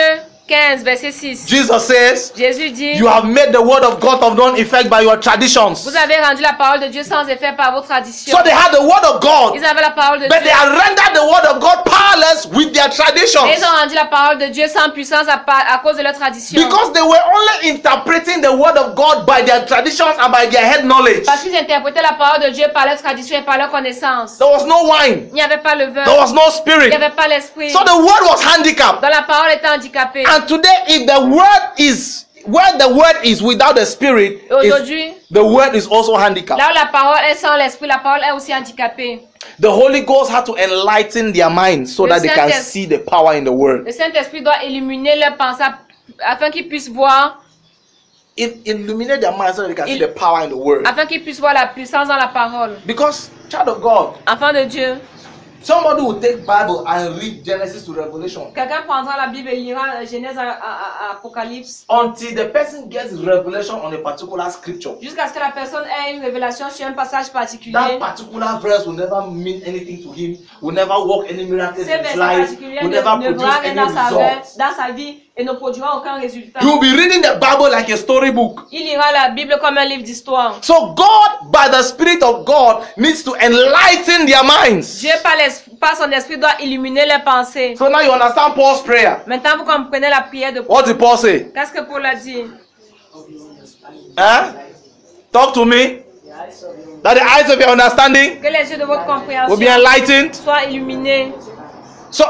Speaker 2: 15, verset 6.
Speaker 1: Jesus says,
Speaker 2: Jésus dit,
Speaker 1: You have made the word of God of none effect by your traditions.
Speaker 2: vous avez rendu la parole de Dieu sans effet par vos traditions.
Speaker 1: So they had the word of God,
Speaker 2: Ils avaient la parole de
Speaker 1: but they
Speaker 2: Dieu.
Speaker 1: have rendered the word of God powerless with their
Speaker 2: Et ils
Speaker 1: traditions.
Speaker 2: ont rendu la parole de Dieu sans puissance à, par- à cause de leur tradition.
Speaker 1: Because they were only interpreting the word of God by their traditions and by their head knowledge.
Speaker 2: Parce qu'ils interprétaient la parole de Dieu par leur tradition et par leur connaissance.
Speaker 1: There was no wine,
Speaker 2: Il n'y avait pas le vin.
Speaker 1: there was no
Speaker 2: Il
Speaker 1: spirit.
Speaker 2: n'y avait pas l'esprit.
Speaker 1: So the word was handicapped.
Speaker 2: Dans la parole était handicapée.
Speaker 1: And today, if the word is where the word is without the spirit,
Speaker 2: Et
Speaker 1: is-
Speaker 2: aujourd'hui,
Speaker 1: the word is also handicapped.
Speaker 2: là où la parole est sans l'esprit, la parole est aussi handicapée.
Speaker 1: The Holy Ghost had to enlighten their minds so
Speaker 2: Le
Speaker 1: that they can
Speaker 2: Saint-Esprit-
Speaker 1: see the power in the word.
Speaker 2: Le Saint-Esprit doit illuminer leurs pensées afin qu'ils puissent voir,
Speaker 1: It illuminated their minds so that they can see
Speaker 2: Il-
Speaker 1: the power in the word.
Speaker 2: afin qu'ils puissent voir la puissance dans la parole.
Speaker 1: Because, child of God,
Speaker 2: Enfant de Dieu,
Speaker 1: somebody will take Bible and read Genesis to Revelation
Speaker 2: quelqu'un prendra la Bible et lira la Genèse à, à- à- à Apocalypse
Speaker 1: until the person gets revelation on a particular scripture.
Speaker 2: jusqu'à ce que la personne ait une révélation sur un passage particulier.
Speaker 1: That particular verse will never mean anything to him, will never work any
Speaker 2: Ce
Speaker 1: miracles in his
Speaker 2: verset
Speaker 1: life,
Speaker 2: particulier
Speaker 1: will
Speaker 2: ne,
Speaker 1: never
Speaker 2: ne
Speaker 1: produce
Speaker 2: verra rien
Speaker 1: any
Speaker 2: dans sa, vie,
Speaker 1: results.
Speaker 2: dans sa vie et ne produira aucun résultat.
Speaker 1: He will be reading the Bible like a storybook.
Speaker 2: Il lira la Bible comme un livre d'histoire.
Speaker 1: So God, by the Spirit of God, needs to enlighten their minds.
Speaker 2: Dieu par, l'es- par son esprit doit illuminer les pensées.
Speaker 1: So now you understand Paul's prayer.
Speaker 2: Maintenant, vous comprenez la prière de Paul.
Speaker 1: What did Paul say?
Speaker 2: Qu'est-ce que Paul a dit?
Speaker 1: Eh? Talk to me. That the eyes of your understanding
Speaker 2: Que les yeux de votre
Speaker 1: will be
Speaker 2: compréhension
Speaker 1: enlightened.
Speaker 2: soient illuminés.
Speaker 1: So,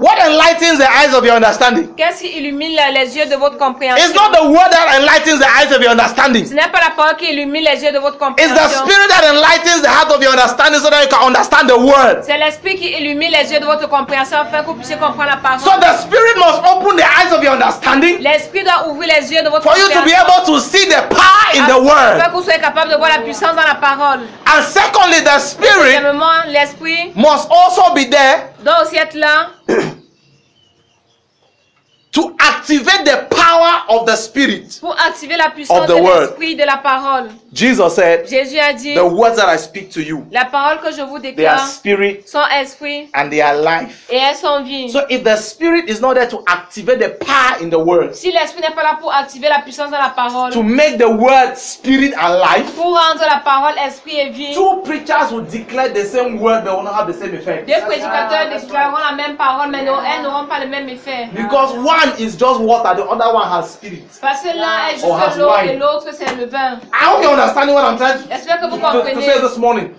Speaker 1: what enlightens the eyes of your understanding?
Speaker 2: Qu'est-ce qui illumine la- les yeux de votre compréhension?
Speaker 1: It's not the word that enlightens the eyes of your understanding.
Speaker 2: Ce n'est pas la parole qui illumine les yeux de votre
Speaker 1: It's the
Speaker 2: compréhension.
Speaker 1: Spirit that enlightens the heart of your understanding so that you can understand the word.
Speaker 2: C'est l'esprit qui illumine les yeux de votre compréhension afin que vous puissiez comprendre la
Speaker 1: So
Speaker 2: parole.
Speaker 1: the Spirit must open the eyes of your understanding
Speaker 2: L'esprit doit ouvrir les yeux de votre
Speaker 1: for you to be
Speaker 2: compréhension
Speaker 1: able to see the power in the word.
Speaker 2: afin que vous soyez capable de voir la puissance dans la parole.
Speaker 1: And secondly, the spirit
Speaker 2: Deuxièmement, l'esprit
Speaker 1: must also be there
Speaker 2: doit aussi être là
Speaker 1: to to activate the power of the Spirit.
Speaker 2: pour activer la
Speaker 1: Of
Speaker 2: puissance
Speaker 1: the
Speaker 2: de
Speaker 1: word.
Speaker 2: l'esprit de la parole.
Speaker 1: Jesus said,
Speaker 2: Jésus a dit,
Speaker 1: The words that I speak to you,
Speaker 2: la parole que je vous
Speaker 1: they are
Speaker 2: déclare
Speaker 1: spirit
Speaker 2: sont esprit
Speaker 1: and they are life.
Speaker 2: et elles sont vie.
Speaker 1: So if the spirit is not there to activate the power in the words,
Speaker 2: si l'esprit n'est pas là pour activer la puissance de la parole,
Speaker 1: to make the word spirit and life,
Speaker 2: pour rendre la parole esprit et vie,
Speaker 1: two preachers will declare the same word but will not have the same effect.
Speaker 2: deux prédicateurs déclareront la même parole, mais n'auront- elles n'auront pas le même effet.
Speaker 1: Because one is just water, the other one has spirit.
Speaker 2: Parce que l'un est
Speaker 1: On has
Speaker 2: juste l'eau
Speaker 1: wine.
Speaker 2: et l'autre c'est le vin.
Speaker 1: I hope you're understanding what I'm trying to,
Speaker 2: J'espère que vous
Speaker 1: to- to say
Speaker 2: comprenez.
Speaker 1: this morning.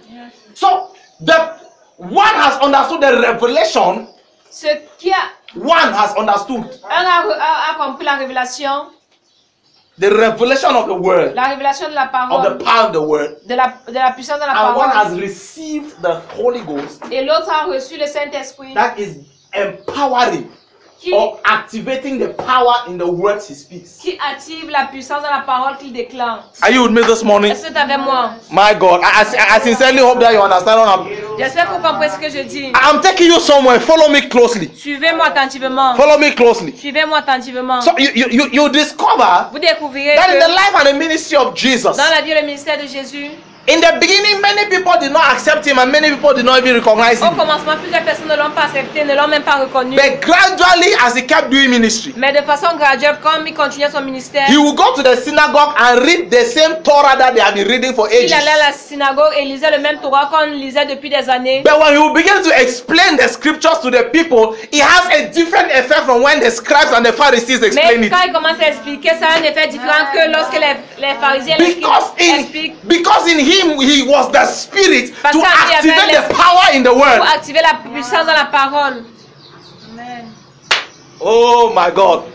Speaker 1: So the one has understood the revelation,
Speaker 2: Ce qui a,
Speaker 1: one has understood
Speaker 2: un a, a- a compris la révélation,
Speaker 1: the revelation of the word,
Speaker 2: la révélation de la
Speaker 1: of
Speaker 2: parole,
Speaker 1: the power of the word.
Speaker 2: de la, de la puissance de la
Speaker 1: and one has
Speaker 2: parole.
Speaker 1: received the Holy Ghost
Speaker 2: Et l'autre a reçu le Saint-Esprit
Speaker 1: that oh. is empowering
Speaker 2: qui,
Speaker 1: or activating the power in the words he speaks.
Speaker 2: qui active la puissance de la parole qu'il déclare.
Speaker 1: Are you with me this morning?
Speaker 2: Est-ce que t'es avec moi?
Speaker 1: My God, I, I, I sincerely hope that you understand what I'm.
Speaker 2: J'espère que vous comprenez ce que je dis.
Speaker 1: I'm taking you somewhere. Follow me closely.
Speaker 2: Suivez-moi attentivement.
Speaker 1: Follow me closely.
Speaker 2: Suivez-moi attentivement.
Speaker 1: So you you you, you discover
Speaker 2: Vous découvrirez
Speaker 1: that in the
Speaker 2: que
Speaker 1: life and the ministry of Jesus,
Speaker 2: dans la vie et le ministère de Jésus,
Speaker 1: in the beginning, many people did not accept him, and many people did not even recognize
Speaker 2: au
Speaker 1: him.
Speaker 2: commencement, plusieurs personnes ne l'ont pas accepté, ne l'ont même pas reconnu.
Speaker 1: But gradually, as he kept doing ministry,
Speaker 2: Mais de façon graduelle, comme il continuait son ministère,
Speaker 1: he will go to the synagogue and read the same Torah that they have been reading for
Speaker 2: il
Speaker 1: ages.
Speaker 2: allait à la synagogue et lisait le même Torah qu'on lisait depuis des années.
Speaker 1: But when you begin to explain the scriptures to the people, it has a different effect from when the scribes and the Pharisees Ben, explain
Speaker 2: Mais
Speaker 1: it.
Speaker 2: quand il commence à expliquer, ça a un effet différent que lorsque les, les pharisiens les
Speaker 1: Because
Speaker 2: scribes
Speaker 1: in,
Speaker 2: expliquent
Speaker 1: because in him he was the spirit
Speaker 2: Parce
Speaker 1: to
Speaker 2: qu'en lui, il y avait
Speaker 1: activate the
Speaker 2: l'esprit.
Speaker 1: power in the
Speaker 2: pour
Speaker 1: word.
Speaker 2: activer la puissance dans la parole.
Speaker 1: Oh my God.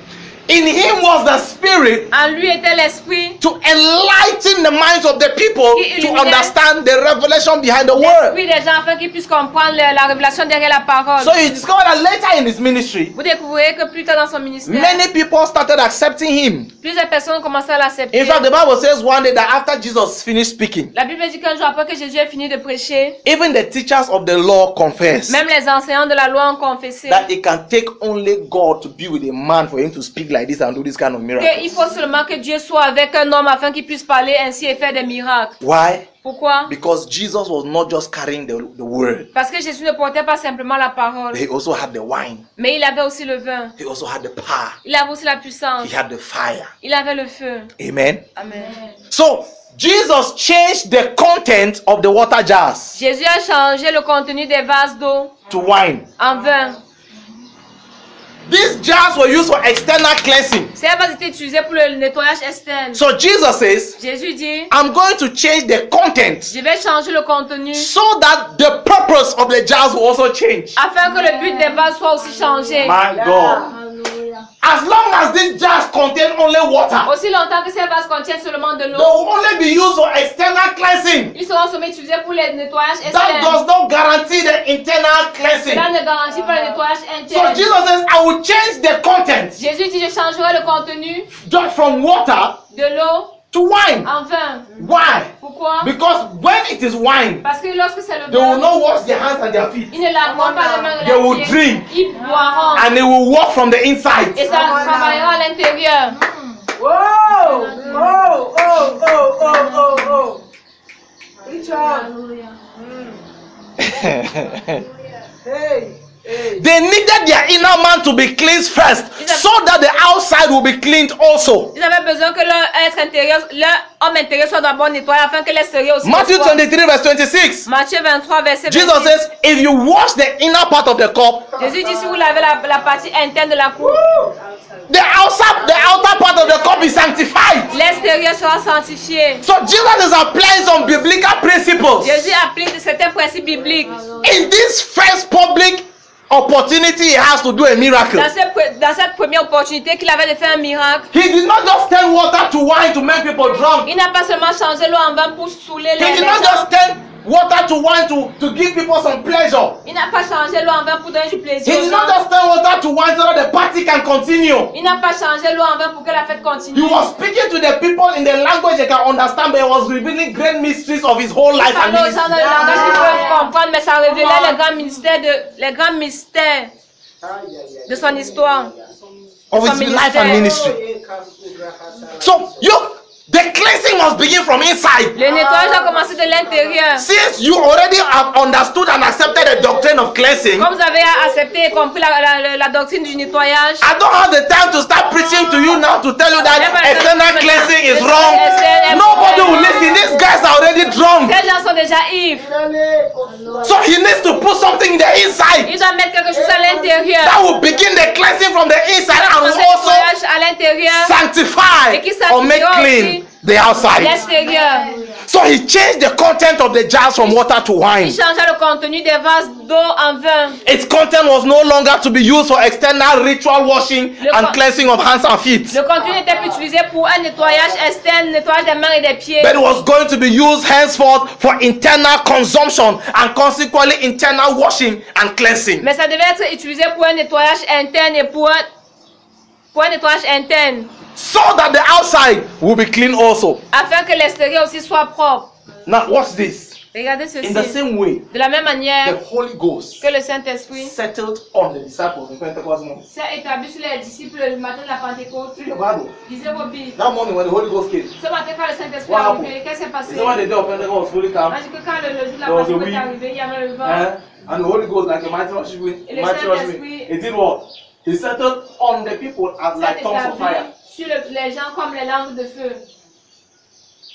Speaker 1: In him was the spirit
Speaker 2: En lui était l'esprit,
Speaker 1: to enlighten the minds of the people
Speaker 2: Qui
Speaker 1: to
Speaker 2: illuminait.
Speaker 1: understand the revelation behind the word.
Speaker 2: l'esprit des gens afin qu'ils puissent comprendre le- la révélation derrière la parole.
Speaker 1: So you discover that later in his ministry,
Speaker 2: Vous découvrirez que plus tard dans son ministère,
Speaker 1: many people started accepting him.
Speaker 2: plusieurs personnes ont commencé à l'accepter.
Speaker 1: In fact, the Bible says one day that after Jesus finished speaking,
Speaker 2: La Bible dit qu'un jour après que Jésus ait fini de prêcher,
Speaker 1: Even the teachers of the law confess
Speaker 2: même les enseignants de la loi ont confessé
Speaker 1: that it can take only God to be with a man for him to speak like this and do this kind of miracle.
Speaker 2: qu'il faut seulement que Dieu soit avec un homme afin qu'il puisse parler ainsi et faire des miracles.
Speaker 1: Why?
Speaker 2: Pourquoi
Speaker 1: Because Jesus was not just carrying the, the word,
Speaker 2: Parce que Jésus ne portait pas simplement la parole,
Speaker 1: he also had the wine,
Speaker 2: mais il avait aussi le vin,
Speaker 1: he also had the power,
Speaker 2: il avait aussi la puissance,
Speaker 1: he had the fire.
Speaker 2: il avait le feu.
Speaker 1: Amen.
Speaker 4: Amen.
Speaker 1: So, Jesus changed the content of the water jars
Speaker 2: Jésus a changé le contenu des vases d'eau
Speaker 1: to wine.
Speaker 2: en vin.
Speaker 1: These jars were used for external cleansing.
Speaker 2: Ces vases étaient utilisés pour le nettoyage externe.
Speaker 1: So, Jesus says,
Speaker 2: Jésus dit,
Speaker 1: I'm going to change the content
Speaker 2: je vais changer le contenu
Speaker 1: so that the purpose of the jars will also change.
Speaker 2: afin que le but des vases soit aussi changé.
Speaker 1: My God.
Speaker 4: Hallelujah.
Speaker 1: As long as these jars contain only water,
Speaker 2: Aussi longtemps que ces vases contiennent seulement de
Speaker 1: they
Speaker 2: l'eau,
Speaker 1: will only be used for external cleansing.
Speaker 2: ils seront seulement utilisés pour le nettoyage
Speaker 1: That does
Speaker 2: externe.
Speaker 1: not guarantee the internal cleansing.
Speaker 2: Cela ne garantit pas le nettoyage
Speaker 1: So
Speaker 2: interne.
Speaker 1: Jesus says, I will change the content
Speaker 2: Jésus dit, je changerai le contenu
Speaker 1: just from water
Speaker 2: de l'eau
Speaker 1: to wine.
Speaker 2: en vin.
Speaker 1: Why?
Speaker 2: Pourquoi
Speaker 1: Because when it is wine,
Speaker 2: Parce que lorsque c'est le
Speaker 1: they will
Speaker 2: vin,
Speaker 1: not wash their hands and their feet,
Speaker 2: ils ne laveront pas les mains de
Speaker 1: They will
Speaker 2: leurs pieds.
Speaker 1: drink.
Speaker 2: Ils boiront
Speaker 1: and they will walk from the inside.
Speaker 2: et ça travaillera à l'intérieur.
Speaker 3: Whoa! Whoa! Oh! Oh! Oh! Oh! Oh! Reach out.
Speaker 4: Hallelujah.
Speaker 1: they
Speaker 3: Hey! Hey!
Speaker 1: needed their inner man to be cleansed first, so that the outside will be cleaned also.
Speaker 2: Ils avaient besoin que leur être intérieur, leur homme intérieur soit d'abord nettoyé afin que l'extérieur aussi. le
Speaker 1: Matthew
Speaker 2: soit.
Speaker 1: 23, verse 26.
Speaker 2: Matthieu 23, verset 26.
Speaker 1: Jesus says, if you wash the inner part of the cup,
Speaker 2: Jésus dit si vous lavez la, la partie interne de la coupe,
Speaker 1: the outside, the outer part of the cup is sanctified.
Speaker 2: l'extérieur sera sanctifié.
Speaker 1: So Jesus is applying some biblical principles
Speaker 2: Jésus applique certains principes bibliques.
Speaker 1: in this first public opportunity he has to do a miracle.
Speaker 2: Dans, ce pre- dans cette première opportunité qu'il avait de faire un miracle,
Speaker 1: He did not just turn water to wine to make people drunk.
Speaker 2: il n'a pas seulement changé l'eau en vin pour saouler
Speaker 1: He
Speaker 2: les,
Speaker 1: did
Speaker 2: les
Speaker 1: not
Speaker 2: gens.
Speaker 1: just turn water to wine to, to give people some pleasure.
Speaker 2: Il n'a pas changé l'eau en vin pour donner du
Speaker 1: He
Speaker 2: plaisir aux
Speaker 1: did not
Speaker 2: gens.
Speaker 1: just turn water to wine so that the party can continue.
Speaker 2: Il n'a pas changé l'eau en vin pour que la fête continue.
Speaker 1: He was speaking to the people in the language they can understand, but he was revealing great mysteries of his whole life and
Speaker 2: parler aux gens dans
Speaker 1: ministry.
Speaker 2: le langage qu'ils peuvent comprendre, mais ça révélait les grands mystères de, les grands mystères de son histoire.
Speaker 1: of his
Speaker 2: From his
Speaker 1: life and
Speaker 2: death.
Speaker 1: ministry. So you, the cleansing must begin from inside.
Speaker 2: Le nettoyage doit commencer de l'intérieur.
Speaker 1: Since you already have understood and accepted the doctrine of cleansing,
Speaker 2: Comme vous avez accepté et compris la, la- la- la doctrine du nettoyage,
Speaker 1: I don't have the time to start preaching to you now to tell you that external cleansing is wrong. Nobody will listen. These guys are already drunk.
Speaker 2: ces gens sont déjà ivres.
Speaker 1: So he needs to put something in the inside
Speaker 2: Ils doivent mettre quelque chose
Speaker 1: that
Speaker 2: à l'intérieur.
Speaker 1: will begin the cleansing from the inside and
Speaker 2: Commencer
Speaker 1: will
Speaker 2: le
Speaker 1: also
Speaker 2: nettoyage à l'intérieur,
Speaker 1: sanctify
Speaker 2: Et qui
Speaker 1: or make
Speaker 2: sanctifie
Speaker 1: clean
Speaker 2: aussi
Speaker 1: the outside.
Speaker 2: l'extérieur.
Speaker 1: So he changed the content of the jars from water to wine.
Speaker 2: Il changea le contenu des vases d'eau en vin.
Speaker 1: Its content was no longer to be used for external ritual washing
Speaker 2: Le
Speaker 1: and
Speaker 2: con-
Speaker 1: cleansing of hands and feet.
Speaker 2: Le contenu n'était plus utilisé pour un nettoyage externe, nettoyage des mains et des pieds.
Speaker 1: but it was going to be used henceforth for internal consumption and consequently internal washing and cleansing.
Speaker 2: Mais ça devait être utilisé pour un nettoyage interne et pour un, pour un nettoyage interne,
Speaker 1: So that the outside will be clean also.
Speaker 2: afin que l'extérieur aussi soit propre.
Speaker 1: Now, watch this.
Speaker 2: Regardez
Speaker 1: In the
Speaker 2: ceci.
Speaker 1: same way,
Speaker 2: De la même
Speaker 1: the
Speaker 2: manière
Speaker 1: Holy Ghost
Speaker 2: que le Saint-Esprit
Speaker 1: settled on the disciples in Pentecost morning.
Speaker 2: s'est établi sur les disciples le matin de la Pentecôte.
Speaker 1: Read the Bible.
Speaker 2: Lisez vos Bibles.
Speaker 1: That morning when the Holy Ghost came, you
Speaker 2: Ce matin, quand le Saint-Esprit est
Speaker 1: Wow.
Speaker 2: arrivé, qu'est-ce qui s'est passé?
Speaker 1: know when the day of Pentecost was fully
Speaker 2: On
Speaker 1: come,
Speaker 2: dit que quand le, le jour de la
Speaker 1: There was a
Speaker 2: Pentecôte est
Speaker 1: wind.
Speaker 2: arrivé, il y avait le vent.
Speaker 1: eh, and the Holy Ghost, like a mighty rushing wind,
Speaker 2: Et le
Speaker 1: mighty rushing wind,
Speaker 2: Saint-Esprit-
Speaker 1: it did what? He settled on the people as
Speaker 2: s'est
Speaker 1: like tongues of
Speaker 2: établi
Speaker 1: fire.
Speaker 2: sur le- les gens comme les langues de feu.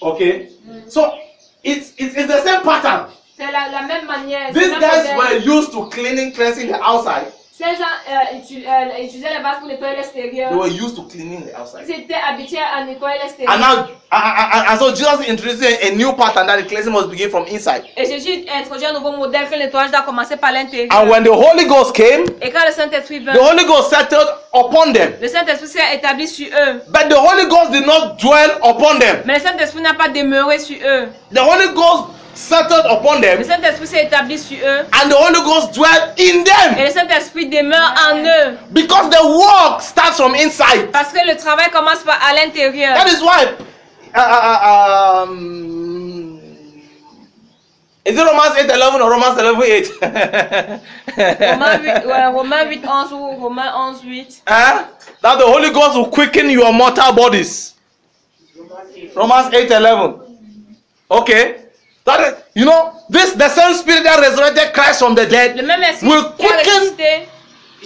Speaker 1: Okay? So, it's, it's, it's the same pattern.
Speaker 2: C'est la, la même manière. c'est
Speaker 1: These
Speaker 2: le même
Speaker 1: guys were
Speaker 2: modèle.
Speaker 1: used to cleaning, cleansing the outside.
Speaker 2: Ces gens euh, utu- euh, utilisaient les vases pour nettoyer l'extérieur.
Speaker 1: They were used to cleaning the outside.
Speaker 2: Ils étaient habitués à nettoyer
Speaker 1: And
Speaker 2: l'extérieur.
Speaker 1: now, and- and and so Jesus introduced a new pattern that the cleansing must begin from inside.
Speaker 2: Et Jésus introduit un nouveau modèle que le nettoyage doit commencer par l'intérieur.
Speaker 1: And when the Holy Ghost came,
Speaker 2: Et quand le Saint-Esprit vint,
Speaker 1: the Holy Ghost settled upon them.
Speaker 2: le Saint-Esprit s'est établi sur eux.
Speaker 1: But the Holy Ghost did not dwell upon them.
Speaker 2: Mais le Saint-Esprit n'a pas demeuré sur eux.
Speaker 1: The Holy Ghost settled upon
Speaker 2: Le
Speaker 1: them,
Speaker 2: Saint-Esprit s'est établi sur eux.
Speaker 1: and the Holy Ghost dwelt in
Speaker 2: Et
Speaker 1: them.
Speaker 2: le Saint-Esprit demeure en eux.
Speaker 1: Because the work starts from inside.
Speaker 2: Parce que le travail commence par à l'intérieur.
Speaker 1: That is why. uh, uh, uh, um, is it Romans eight eleven or Romans eleven *laughs*
Speaker 2: Romains 8,
Speaker 1: eight?
Speaker 2: ouais, Romains 8, 11 ou Romains 11, 8.
Speaker 1: Huh? Eh? That the Holy Ghost will quicken your mortal bodies. Romans eight eleven. Okay. That is, you know, this the same spirit that resurrected Christ from the
Speaker 2: Le
Speaker 1: dead
Speaker 2: même esprit
Speaker 1: will
Speaker 2: qui a
Speaker 1: quicken
Speaker 2: ressuscité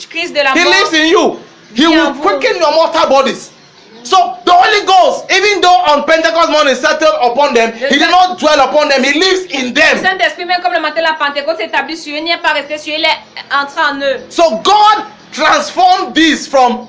Speaker 2: Christ de la
Speaker 1: He
Speaker 2: mort.
Speaker 1: lives in you. He
Speaker 2: Yeah,
Speaker 1: will
Speaker 2: bro.
Speaker 1: quicken your mortal bodies. So the Holy Ghost, even though on Pentecost morning settled upon them, he did not dwell upon them. He lives in
Speaker 2: Le
Speaker 1: them.
Speaker 2: Saint-Esprit, même comme le matin de la Pentecôte s'établit sur eux, il n'est pas resté sur eux, il est entré en eux.
Speaker 1: So God transformed this from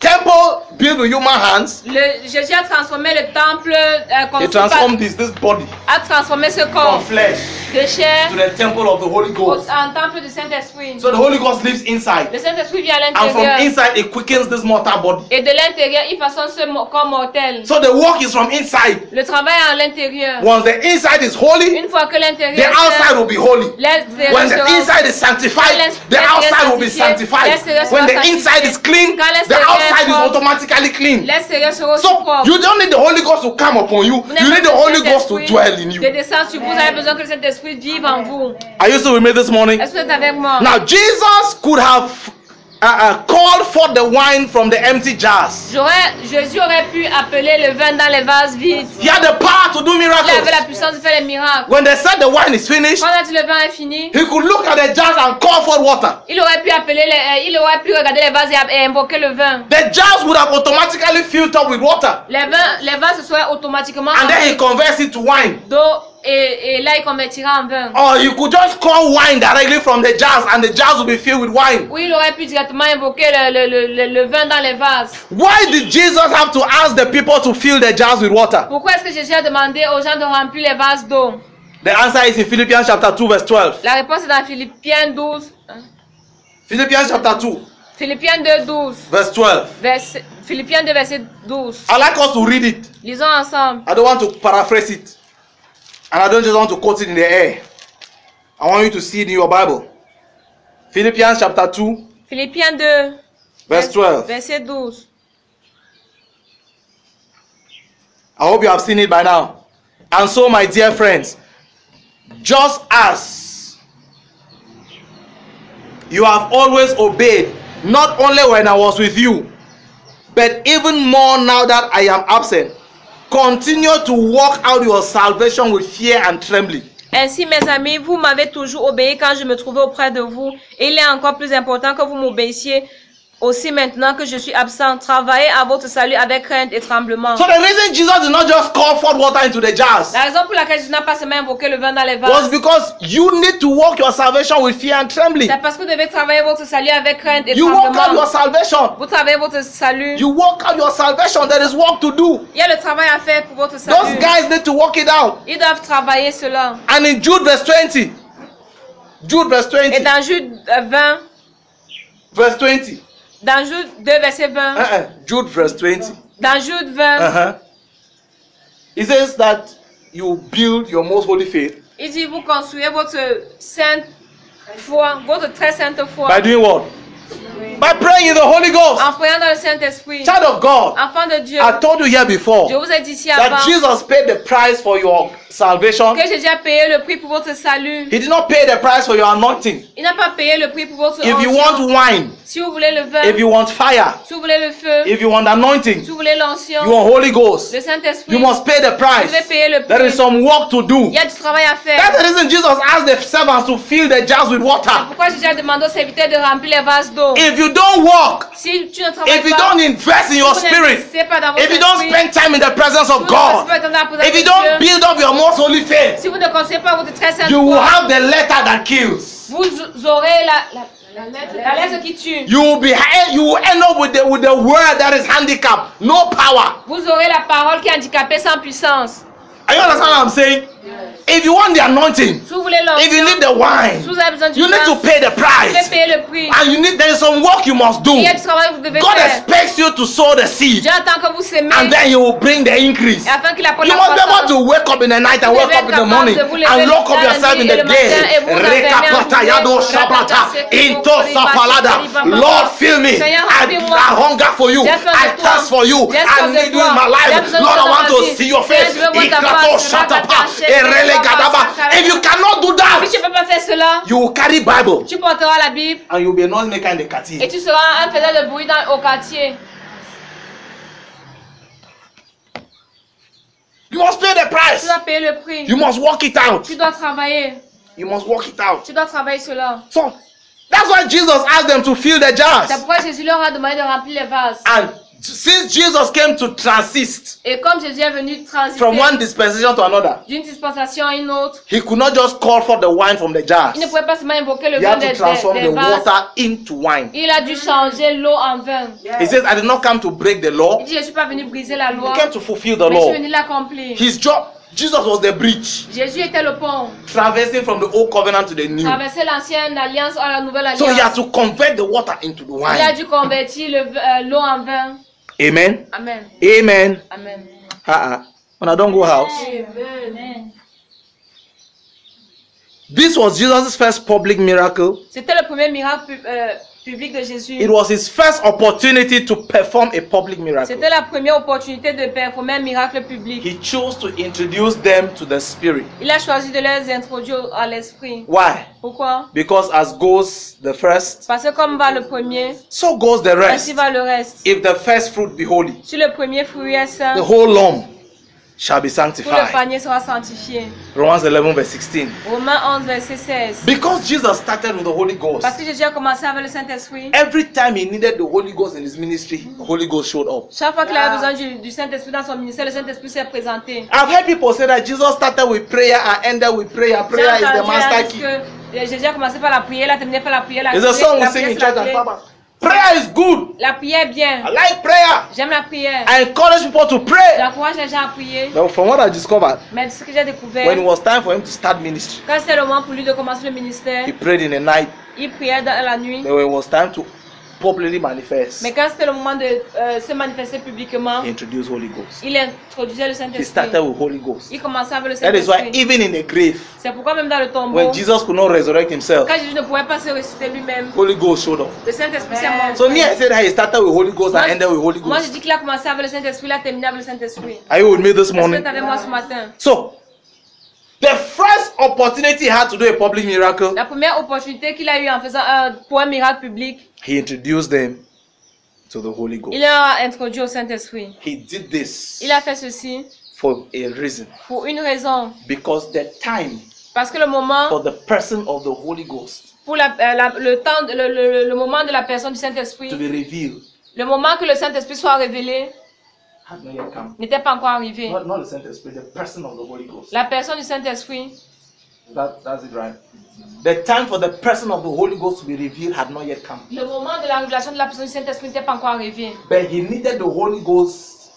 Speaker 1: temple built with human hands.
Speaker 2: Le, Jésus a transformé le temple, euh,
Speaker 1: He
Speaker 2: comme
Speaker 1: transformed this this body
Speaker 2: a transformé ce
Speaker 1: from
Speaker 2: corps
Speaker 1: flesh
Speaker 2: de chair
Speaker 1: to the temple of the Holy
Speaker 2: au-
Speaker 1: Ghost.
Speaker 2: en temple du Saint-Esprit.
Speaker 1: So the Holy Ghost lives inside,
Speaker 2: Le Saint-Esprit vient à
Speaker 1: and from
Speaker 2: l'intérieur.
Speaker 1: inside it quickens this mortal body.
Speaker 2: Et de l'intérieur, il façonne ce mo- corps mortel.
Speaker 1: So the work is from inside.
Speaker 2: Le travail est à l'intérieur.
Speaker 1: Once the inside is holy,
Speaker 2: Une fois que
Speaker 1: the
Speaker 2: l'intérieur est
Speaker 1: outside will be holy.
Speaker 2: l'extérieur
Speaker 1: When the
Speaker 2: sera-
Speaker 1: inside is sanctified, the outside will be sanctified. When the inside is clean, the outside is automatically clean.
Speaker 2: l'extérieur sera aussi
Speaker 1: So
Speaker 2: propre.
Speaker 1: you don't need the Holy Ghost to come upon you.
Speaker 2: Vous n'avez
Speaker 1: You
Speaker 2: pas
Speaker 1: need the
Speaker 2: besoin
Speaker 1: Holy
Speaker 2: que le
Speaker 1: Ghost to
Speaker 2: Saint-Esprit
Speaker 1: dwell in
Speaker 2: De
Speaker 1: you.
Speaker 2: descendre sur vous, vous avez besoin que le Saint-Esprit vive en vous.
Speaker 1: Are you still with me this morning?
Speaker 2: Est-ce que vous êtes avec moi?
Speaker 1: Now Jesus could have uh, uh, called for the wine from the empty jars.
Speaker 2: J'aurais, Jésus aurait pu appeler le vin dans les vases vides.
Speaker 1: He had the power to do
Speaker 2: Il avait la
Speaker 1: miracles.
Speaker 2: puissance de faire les miracles.
Speaker 1: When they said the wine is finished,
Speaker 2: Quand on a dit le vin est fini,
Speaker 1: he could look at the jars and call for water.
Speaker 2: il aurait pu appeler, les- euh, il aurait pu regarder les vases et, et invoquer le vin.
Speaker 1: The jars would have automatically filled up with water,
Speaker 2: Les vins, les vases se seraient automatiquement
Speaker 1: and then
Speaker 2: remplis
Speaker 1: he converts it to wine.
Speaker 2: d'eau et, et là il convertira en vin.
Speaker 1: Or you could just call wine directly from the jars and the jars will be filled with wine.
Speaker 2: Oui, il aurait pu directement invoquer le, le, le, le- le vin dans les vases.
Speaker 1: Why did Jesus have to ask the people to fill the jars with water?
Speaker 2: Pourquoi est-ce que Jésus a demandé aux gens de remplir les vases d'eau
Speaker 1: The answer is in Philippians chapter 2, verse 12.
Speaker 2: La réponse est dans Philippiens 12, hein,
Speaker 1: Philippians chapter 2,
Speaker 2: Philippiens 2, 12.
Speaker 1: verse 12.
Speaker 2: Verset, Philippiens 2, verset 12.
Speaker 1: I like us to read it.
Speaker 2: Lisons ensemble.
Speaker 1: I don't want to paraphrase it. And I don't just want to quote it in the air. I want you to see it in your Bible. Philippians chapter 2,
Speaker 2: Philippiens 2,
Speaker 1: verse
Speaker 2: vers-
Speaker 1: 12.
Speaker 2: verset 12.
Speaker 1: I hope you have seen it by now. And so, my dear friends, just as you have always obeyed, not only when I was with you, but even more now that I am absent. Continue to work out your salvation with fear and trembling.
Speaker 2: Ainsi, mes amis, vous m'avez toujours obéi quand je me trouvais auprès de vous. Et il est encore plus important que vous m'obéissiez aussi maintenant que je suis absent. Travaillez à votre salut avec crainte et tremblement.
Speaker 1: So the reason Jesus did not just call forth water into the jars
Speaker 2: La raison pour laquelle je n'ai pas seulement invoqué le vin dans les
Speaker 1: was
Speaker 2: vases,
Speaker 1: because you need to work your salvation with fear and trembling.
Speaker 2: c'est parce que vous devez travailler votre salut avec crainte et
Speaker 1: You work out your
Speaker 2: tremblement.
Speaker 1: salvation.
Speaker 2: Vous travaillez votre salut.
Speaker 1: You work out your salvation. There is work to do.
Speaker 2: Il y a le travail à faire pour votre
Speaker 1: Those
Speaker 2: salut.
Speaker 1: guys need to work it out.
Speaker 2: Ils doivent travailler cela.
Speaker 1: And in Jude verse 20, Jude verse 20,
Speaker 2: Et dans Jude euh, 20,
Speaker 1: verse 20,
Speaker 2: dans Jude 2, verset 20,
Speaker 1: uh-uh, Jude verse 20,
Speaker 2: dans Jude 20,
Speaker 1: uh-huh. it says that you build your most holy faith
Speaker 2: il dit Vous construisez votre sainte foi, votre très sainte foi,
Speaker 1: by doing what? By praying in the Holy Ghost.
Speaker 2: en priant dans le Saint-Esprit.
Speaker 1: Child of God,
Speaker 2: Enfant de Dieu,
Speaker 1: I told you here
Speaker 2: je
Speaker 1: before
Speaker 2: vous ai dit ici
Speaker 1: that
Speaker 2: avant
Speaker 1: Jesus paid the price for your salvation.
Speaker 2: que j'ai déjà payé le prix pour votre salut.
Speaker 1: He did not pay the price for your anointing.
Speaker 2: Il n'a pas payé le prix pour votre
Speaker 1: If you
Speaker 2: onction.
Speaker 1: want wine,
Speaker 2: Si vous voulez le vin,
Speaker 1: if you want fire,
Speaker 2: si vous voulez le feu,
Speaker 1: if you want anointing,
Speaker 2: si
Speaker 1: you
Speaker 2: vous voulez l'onction,
Speaker 1: want Holy Ghost,
Speaker 2: le Saint-Esprit,
Speaker 1: you must pay the
Speaker 2: vous devez
Speaker 1: price.
Speaker 2: payer le
Speaker 1: There is
Speaker 2: prix.
Speaker 1: some work to do.
Speaker 2: Il y a du travail à faire.
Speaker 1: That's the reason Jesus asked the servants to fill the jars with water.
Speaker 2: Pourquoi j'ai déjà demandé aux serviteurs de remplir les vases d'eau
Speaker 1: If you don't work,
Speaker 2: Si tu ne travailles
Speaker 1: if you
Speaker 2: pas,
Speaker 1: don't invest in your
Speaker 2: vous
Speaker 1: spirit,
Speaker 2: n'investissez pas dans votre
Speaker 1: if you don't
Speaker 2: esprit,
Speaker 1: spend time in the presence
Speaker 2: vous
Speaker 1: of
Speaker 2: ne passez
Speaker 1: God,
Speaker 2: pas dans la présence
Speaker 1: if you
Speaker 2: de
Speaker 1: don't
Speaker 2: Dieu,
Speaker 1: build up your most holy faith,
Speaker 2: si vous ne conseillez pas votre très sainte
Speaker 1: you will
Speaker 2: foi,
Speaker 1: have the letter that kills.
Speaker 2: vous aurez la, la, la lettre qui tue.
Speaker 1: You will be you will end up with the with the word that is handicapped, no power.
Speaker 2: Vous aurez la parole qui est handicapée sans puissance.
Speaker 1: Are you understand what I'm saying? If you want the anointing,
Speaker 2: Si vous voulez
Speaker 1: if you need the
Speaker 2: l'onction,
Speaker 1: wine,
Speaker 2: si vous avez besoin du
Speaker 1: you need
Speaker 2: vin,
Speaker 1: to pay the
Speaker 2: vous devez
Speaker 1: price.
Speaker 2: payer le prix.
Speaker 1: And you need there is some work you must do.
Speaker 2: Il y a du travail que vous devez
Speaker 1: God
Speaker 2: faire.
Speaker 1: expects you to sow the seed.
Speaker 2: Dieu attend que vous semez
Speaker 1: and then you will bring the increase.
Speaker 2: et afin qu'il apporte
Speaker 1: You
Speaker 2: la
Speaker 1: must be
Speaker 2: croissance.
Speaker 1: able to wake up in the night and
Speaker 2: Vous
Speaker 1: wake
Speaker 2: devez
Speaker 1: up in the
Speaker 2: être
Speaker 1: morning
Speaker 2: capable de vous lever
Speaker 1: and lock up
Speaker 2: dans la
Speaker 1: yourself in
Speaker 2: nuit et
Speaker 1: the
Speaker 2: le matin
Speaker 1: day.
Speaker 2: et vous réveiller en
Speaker 1: Rekapata
Speaker 2: journée.
Speaker 1: yado
Speaker 2: Rakata,
Speaker 1: shabata
Speaker 2: sekoko,
Speaker 1: into
Speaker 2: ribata,
Speaker 1: sapalada.
Speaker 2: ribaba.
Speaker 1: Lord, fill me.
Speaker 2: Seigneur,
Speaker 1: I,
Speaker 2: remplis-moi.
Speaker 1: I hunger for you.
Speaker 2: J'ai besoin
Speaker 1: I
Speaker 2: de toi.
Speaker 1: thirst for you. I
Speaker 2: J'ai besoin de
Speaker 1: need you in
Speaker 2: toi.
Speaker 1: my life.
Speaker 2: J'ai besoin de
Speaker 1: Lord, I
Speaker 2: ta
Speaker 1: want
Speaker 2: vie.
Speaker 1: to see your face.
Speaker 2: Seigneur, je veux voir ta
Speaker 1: Ikrato
Speaker 2: face.
Speaker 1: shatapa.
Speaker 2: Rakata, sekoko,
Speaker 1: Erele
Speaker 2: ribaba,
Speaker 1: gadaba.
Speaker 2: sakara.
Speaker 1: If you cannot do
Speaker 2: Si
Speaker 1: that,
Speaker 2: tu ne peux pas faire cela,
Speaker 1: you will carry Bible
Speaker 2: tu porteras la Bible
Speaker 1: and you'll be a noisemaker in the
Speaker 2: et
Speaker 1: cathedral.
Speaker 2: tu seras un faiseur de bruit dans, au quartier.
Speaker 1: You must pay the
Speaker 2: Tu
Speaker 1: price.
Speaker 2: dois payer le prix.
Speaker 1: You must work it out.
Speaker 2: Tu dois travailler.
Speaker 1: You must work it out.
Speaker 2: Tu dois travailler cela.
Speaker 1: So that's why Jesus asked them to fill the jars.
Speaker 2: C'est pourquoi Jésus leur a demandé de remplir les vases.
Speaker 1: And since Jesus came to transist
Speaker 2: Et comme Jésus est venu
Speaker 1: from
Speaker 2: transiter
Speaker 1: one dispensation to another,
Speaker 2: d'une dispensation à une autre,
Speaker 1: he could not just call for the wine from the jars.
Speaker 2: il ne pouvait pas seulement invoquer le
Speaker 1: He
Speaker 2: vin
Speaker 1: had
Speaker 2: des,
Speaker 1: to
Speaker 2: des-
Speaker 1: transform
Speaker 2: des
Speaker 1: the
Speaker 2: vases.
Speaker 1: water into wine.
Speaker 2: Il a dû changer l'eau en vin.
Speaker 1: He says, I did not come to break the law,
Speaker 2: Il dit, je ne suis pas venu briser la loi,
Speaker 1: I came to fulfill the
Speaker 2: mais je suis
Speaker 1: law.
Speaker 2: venu l'accomplir.
Speaker 1: His job, Jesus was the bridge,
Speaker 2: Jésus était le pont,
Speaker 1: traversing from the old covenant to the new.
Speaker 2: traversait l'ancienne alliance à la nouvelle
Speaker 1: So he had
Speaker 2: alliance.
Speaker 1: to convert the water into the
Speaker 2: Il a
Speaker 1: wine.
Speaker 2: dû convertir le v- euh, l'eau en vin.
Speaker 1: Amen.
Speaker 2: Amen.
Speaker 1: Amen.
Speaker 2: Amen.
Speaker 1: Uh-uh. When I don't go house. This was Jesus' first public miracle.
Speaker 2: C'était le premier miracle pub- euh, public de Jésus.
Speaker 1: It was his first opportunity to perform a public miracle.
Speaker 2: C'était la première opportunité de performer un miracle public.
Speaker 1: He chose to introduce them to the Spirit.
Speaker 2: Il a choisi de les introduire à l'esprit.
Speaker 1: Why?
Speaker 2: Pourquoi
Speaker 1: Because as goes the first,
Speaker 2: Parce que comme va le premier,
Speaker 1: so goes the rest.
Speaker 2: ainsi va le reste.
Speaker 1: If the first fruit be holy,
Speaker 2: Si le premier fruit est saint,
Speaker 1: the whole lump shall be
Speaker 2: tout le
Speaker 1: sanctified.
Speaker 2: panier sera sanctifié.
Speaker 1: Romans 11, verse 16.
Speaker 2: Romains 11, verset 16.
Speaker 1: Because Jesus started with the Holy
Speaker 2: Parce
Speaker 1: Ghost,
Speaker 2: que Jésus a commencé avec le Saint-Esprit.
Speaker 1: every time he needed the Holy Ghost in his ministry, the Holy Ghost showed up.
Speaker 2: Chaque fois qu'il avait besoin du, du Saint-Esprit dans son ministère, le Saint-Esprit s'est présenté.
Speaker 1: I've heard people say that Jesus started with prayer and ended with prayer.
Speaker 2: J'ai
Speaker 1: Prayer is the
Speaker 2: entendu, là,
Speaker 1: master
Speaker 2: parce
Speaker 1: key.
Speaker 2: que euh, Jésus a commencé par la prière, il a terminé par la prière. La
Speaker 1: There's a song we
Speaker 2: la
Speaker 1: sing in
Speaker 2: c'est la
Speaker 1: church and
Speaker 2: prière.
Speaker 1: Sabbath. Prayer is good.
Speaker 2: La prière est bien.
Speaker 1: I like prayer.
Speaker 2: J'aime la prière.
Speaker 1: I encourage people to pray.
Speaker 2: J'encourage les gens à prier.
Speaker 1: Now, from what I discovered,
Speaker 2: Mais ce que j'ai
Speaker 1: when it
Speaker 2: découvert,
Speaker 1: was time for him to start ministry,
Speaker 2: quand c'était le moment pour lui de commencer le ministère,
Speaker 1: he prayed in the night.
Speaker 2: il priait dans la nuit.
Speaker 1: Then when it was time to publicly manifest,
Speaker 2: Mais quand c'était le moment de euh, se manifester publiquement,
Speaker 1: he introduced Holy Ghost.
Speaker 2: il introduisait le
Speaker 1: He started
Speaker 2: Saint-Esprit.
Speaker 1: with Holy Ghost.
Speaker 2: Il commençait avec le
Speaker 1: That is why
Speaker 2: Saint-Esprit.
Speaker 1: even in the grave,
Speaker 2: C'est pourquoi même dans le tombeau,
Speaker 1: when Jesus could not resurrect himself,
Speaker 2: quand Jésus ne pouvait pas se ressusciter lui-même,
Speaker 1: Holy Ghost showed up.
Speaker 2: le Saint-Esprit s'est montré.
Speaker 1: So me, I said that he started with Holy Ghost and ended with Holy
Speaker 2: Moi, je
Speaker 1: Ghost.
Speaker 2: dis qu'il a commencé avec le Saint-Esprit, il a terminé avec le Saint-Esprit.
Speaker 1: Are you with me this
Speaker 2: Est-ce que
Speaker 1: morning?
Speaker 2: t'es avec moi ce matin?
Speaker 1: So The first opportunity he had to do a public miracle,
Speaker 2: La première opportunité qu'il a eue en faisant un, pour un miracle public,
Speaker 1: he introduced them to the Holy
Speaker 2: il
Speaker 1: Ghost.
Speaker 2: leur a introduit au Saint-Esprit.
Speaker 1: He did this
Speaker 2: Il a fait ceci
Speaker 1: for a reason
Speaker 2: pour une raison.
Speaker 1: because the time
Speaker 2: Parce que le moment,
Speaker 1: for the person of the Holy Ghost
Speaker 2: pour la, euh, la- le temps, de- le, le- le moment de la personne du
Speaker 1: to
Speaker 2: Saint-Esprit,
Speaker 1: be revealed
Speaker 2: le moment que le Saint-Esprit soit révélé,
Speaker 1: had not yet come.
Speaker 2: n'était pas encore arrivé.
Speaker 1: Not, not the Saint Spirit, the person of the Holy Ghost.
Speaker 2: La personne du Saint-Esprit,
Speaker 1: That, that's it, right? The time for the person of the Holy Ghost to be revealed had not yet come.
Speaker 2: le moment de la révélation de la personne du Saint-Esprit n'était pas encore arrivé.
Speaker 1: But he needed the Holy Ghost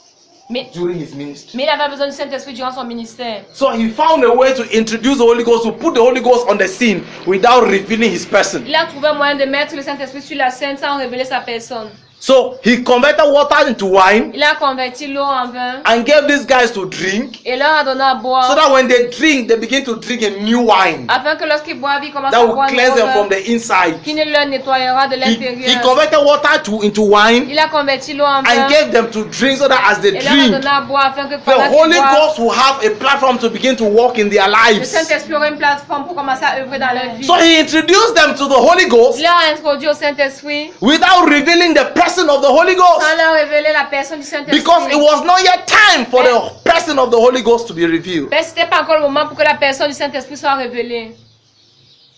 Speaker 2: Mais,
Speaker 1: during his ministry.
Speaker 2: mais il avait besoin du Saint-Esprit durant son ministère.
Speaker 1: So he found a way to introduce the Holy Ghost, to put the Holy Ghost on the scene without revealing his person.
Speaker 2: Il a trouvé un moyen de mettre le Saint-Esprit sur la scène sans révéler sa personne.
Speaker 1: So he converted water into wine
Speaker 2: Il a converti l'eau en vin
Speaker 1: and gave these guys to drink
Speaker 2: et leur a donné à
Speaker 1: so
Speaker 2: boire
Speaker 1: that when they drink, they begin to drink a new wine
Speaker 2: afin que lorsqu'ils boivent, ils commencent
Speaker 1: that
Speaker 2: à
Speaker 1: will
Speaker 2: boire une
Speaker 1: cleanse them
Speaker 2: odeur
Speaker 1: from the inside.
Speaker 2: qui ne leur nettoyera de
Speaker 1: He, he
Speaker 2: l'intérieur.
Speaker 1: converted water to, into wine
Speaker 2: Il a converti l'eau en vin
Speaker 1: and gave them to drink so that as they
Speaker 2: et leur a
Speaker 1: drink,
Speaker 2: donné à boire afin que
Speaker 1: The
Speaker 2: pendant
Speaker 1: Holy
Speaker 2: qu'ils boivent,
Speaker 1: Ghost will have a platform to begin to walk in their
Speaker 2: le
Speaker 1: lives.
Speaker 2: Saint-Esprit aura une plateforme pour commencer à œuvrer dans leur vie.
Speaker 1: So he introduced them to the Holy
Speaker 2: Il
Speaker 1: Ghost
Speaker 2: leur a introduit au Saint-Esprit
Speaker 1: without revealing the person of the Holy
Speaker 2: sans
Speaker 1: Ghost
Speaker 2: leur révéler la personne du Saint-Esprit.
Speaker 1: because it was not yet time for the person of the Holy Ghost to be revealed.
Speaker 2: Mais ce n'était Ben, pas encore le moment pour que la personne du Saint-Esprit soit révélée.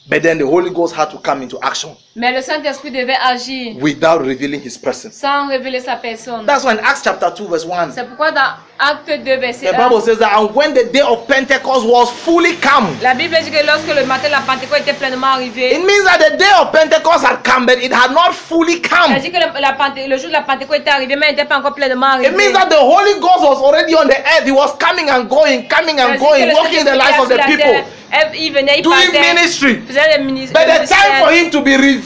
Speaker 1: But then the Holy Ghost had to come into action
Speaker 2: Mais le Saint-Esprit devait agir
Speaker 1: without revealing his person.
Speaker 2: sans révéler sa personne.
Speaker 1: That's why in Acts chapter 2, verse 1,
Speaker 2: C'est pourquoi dans Acte 2,
Speaker 1: the
Speaker 2: verset 1,
Speaker 1: Bible says that, and when the day of Pentecost was fully come,
Speaker 2: la Bible dit que lorsque le matin de la Pentecôte était pleinement arrivé,
Speaker 1: it means that the day of Pentecost had come, but it had not fully come.
Speaker 2: elle dit que le, la Penté- le jour de la Pentecôte était arrivé, mais il n'était pas encore pleinement
Speaker 1: It
Speaker 2: arrivé.
Speaker 1: means that the Holy Ghost was already on the earth. He was coming and going, coming
Speaker 2: Ça
Speaker 1: and
Speaker 2: dit que
Speaker 1: going,
Speaker 2: le
Speaker 1: walking in the
Speaker 2: Saint-Esprit
Speaker 1: lives of the
Speaker 2: était sur la
Speaker 1: people,
Speaker 2: terre. Elle- Il venait, il
Speaker 1: doing
Speaker 2: partait,
Speaker 1: ministry.
Speaker 2: faisait le ministre.
Speaker 1: But the time for him to be revealed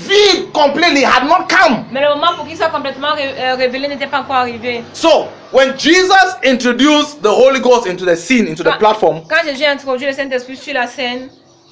Speaker 1: completely had not come.
Speaker 2: Mais le moment pour qu'il soit complètement ré- euh, révélé n'était pas encore arrivé.
Speaker 1: So, when Jesus introduced the Holy Ghost into the scene, into the
Speaker 2: Quand-
Speaker 1: platform,
Speaker 2: Quand Jésus a introduit le Saint-Esprit sur la scène,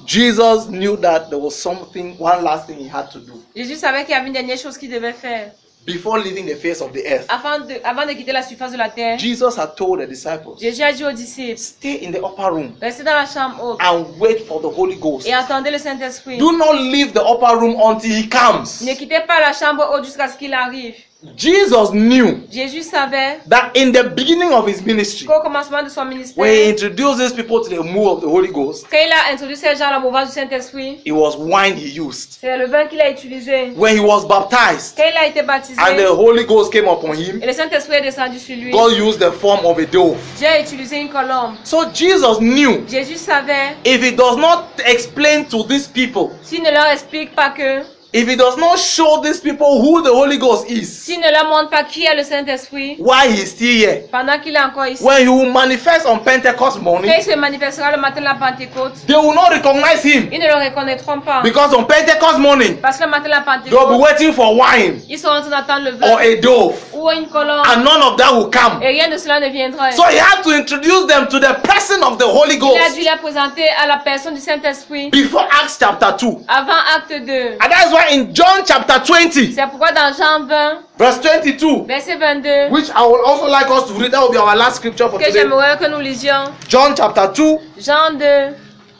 Speaker 1: Jesus knew that there was something, one last thing he had to do
Speaker 2: Jésus savait qu'il y avait une dernière chose qu'il devait faire.
Speaker 1: before leaving the face of the earth.
Speaker 2: Avant de, avant de quitter la surface de la terre,
Speaker 1: Jesus had told the disciples,
Speaker 2: Jésus a dit aux disciples,
Speaker 1: Stay in the upper room
Speaker 2: restez dans la chambre haute
Speaker 1: and wait for the Holy Ghost.
Speaker 2: et attendez le Saint-Esprit.
Speaker 1: Do not leave the upper room until he comes.
Speaker 2: Ne quittez pas la chambre haute jusqu'à ce qu'il arrive.
Speaker 1: Jesus knew
Speaker 2: Jésus savait
Speaker 1: that in the beginning of his ministry,
Speaker 2: qu'au commencement de son ministère,
Speaker 1: when he introduced these people to the move of the Holy Ghost,
Speaker 2: quand il a introduit ces gens à la mouvance du Saint-Esprit,
Speaker 1: it was wine he used.
Speaker 2: c'est le vin qu'il a utilisé.
Speaker 1: When he was baptized
Speaker 2: Quand il a été baptisé
Speaker 1: and the Holy Ghost came upon him,
Speaker 2: et le Saint-Esprit est descendu sur lui,
Speaker 1: God used the form of a dove.
Speaker 2: j'ai utilisé une colombe.
Speaker 1: So Jesus knew
Speaker 2: Jésus savait,
Speaker 1: if he does not explain to these people,
Speaker 2: s'il ne leur explique pas que,
Speaker 1: if he does not show these people who the Holy Ghost is,
Speaker 2: s'il ne leur montre pas qui est le Saint-Esprit,
Speaker 1: why he is still here,
Speaker 2: pendant qu'il est encore ici,
Speaker 1: when he will manifest on Pentecost morning,
Speaker 2: quand il se manifestera le matin de la Pentecôte,
Speaker 1: they will not recognize him
Speaker 2: ils ne le reconnaîtront pas.
Speaker 1: because on Pentecost morning,
Speaker 2: Parce que le matin de la
Speaker 1: they'll be
Speaker 2: Pentecôte,
Speaker 1: waiting for wine
Speaker 2: ils sont en train d'attendre le
Speaker 1: or
Speaker 2: vin
Speaker 1: a dove.
Speaker 2: ou une colombe.
Speaker 1: and none of that will come.
Speaker 2: Et rien de cela ne viendra.
Speaker 1: So he had to introduce them to the person of the Holy
Speaker 2: Il a dû
Speaker 1: Ghost
Speaker 2: la présenter à la personne du Saint-Esprit
Speaker 1: before Acts chapter 2.
Speaker 2: avant acte 2.
Speaker 1: And that's why in John chapter 20,
Speaker 2: C'est pourquoi dans Jean 20,
Speaker 1: verse 22,
Speaker 2: verset 22,
Speaker 1: which I would also like us to read, that will be our last scripture for
Speaker 2: que
Speaker 1: today.
Speaker 2: j'aimerais que nous lisions,
Speaker 1: John chapter 2,
Speaker 2: Jean 2,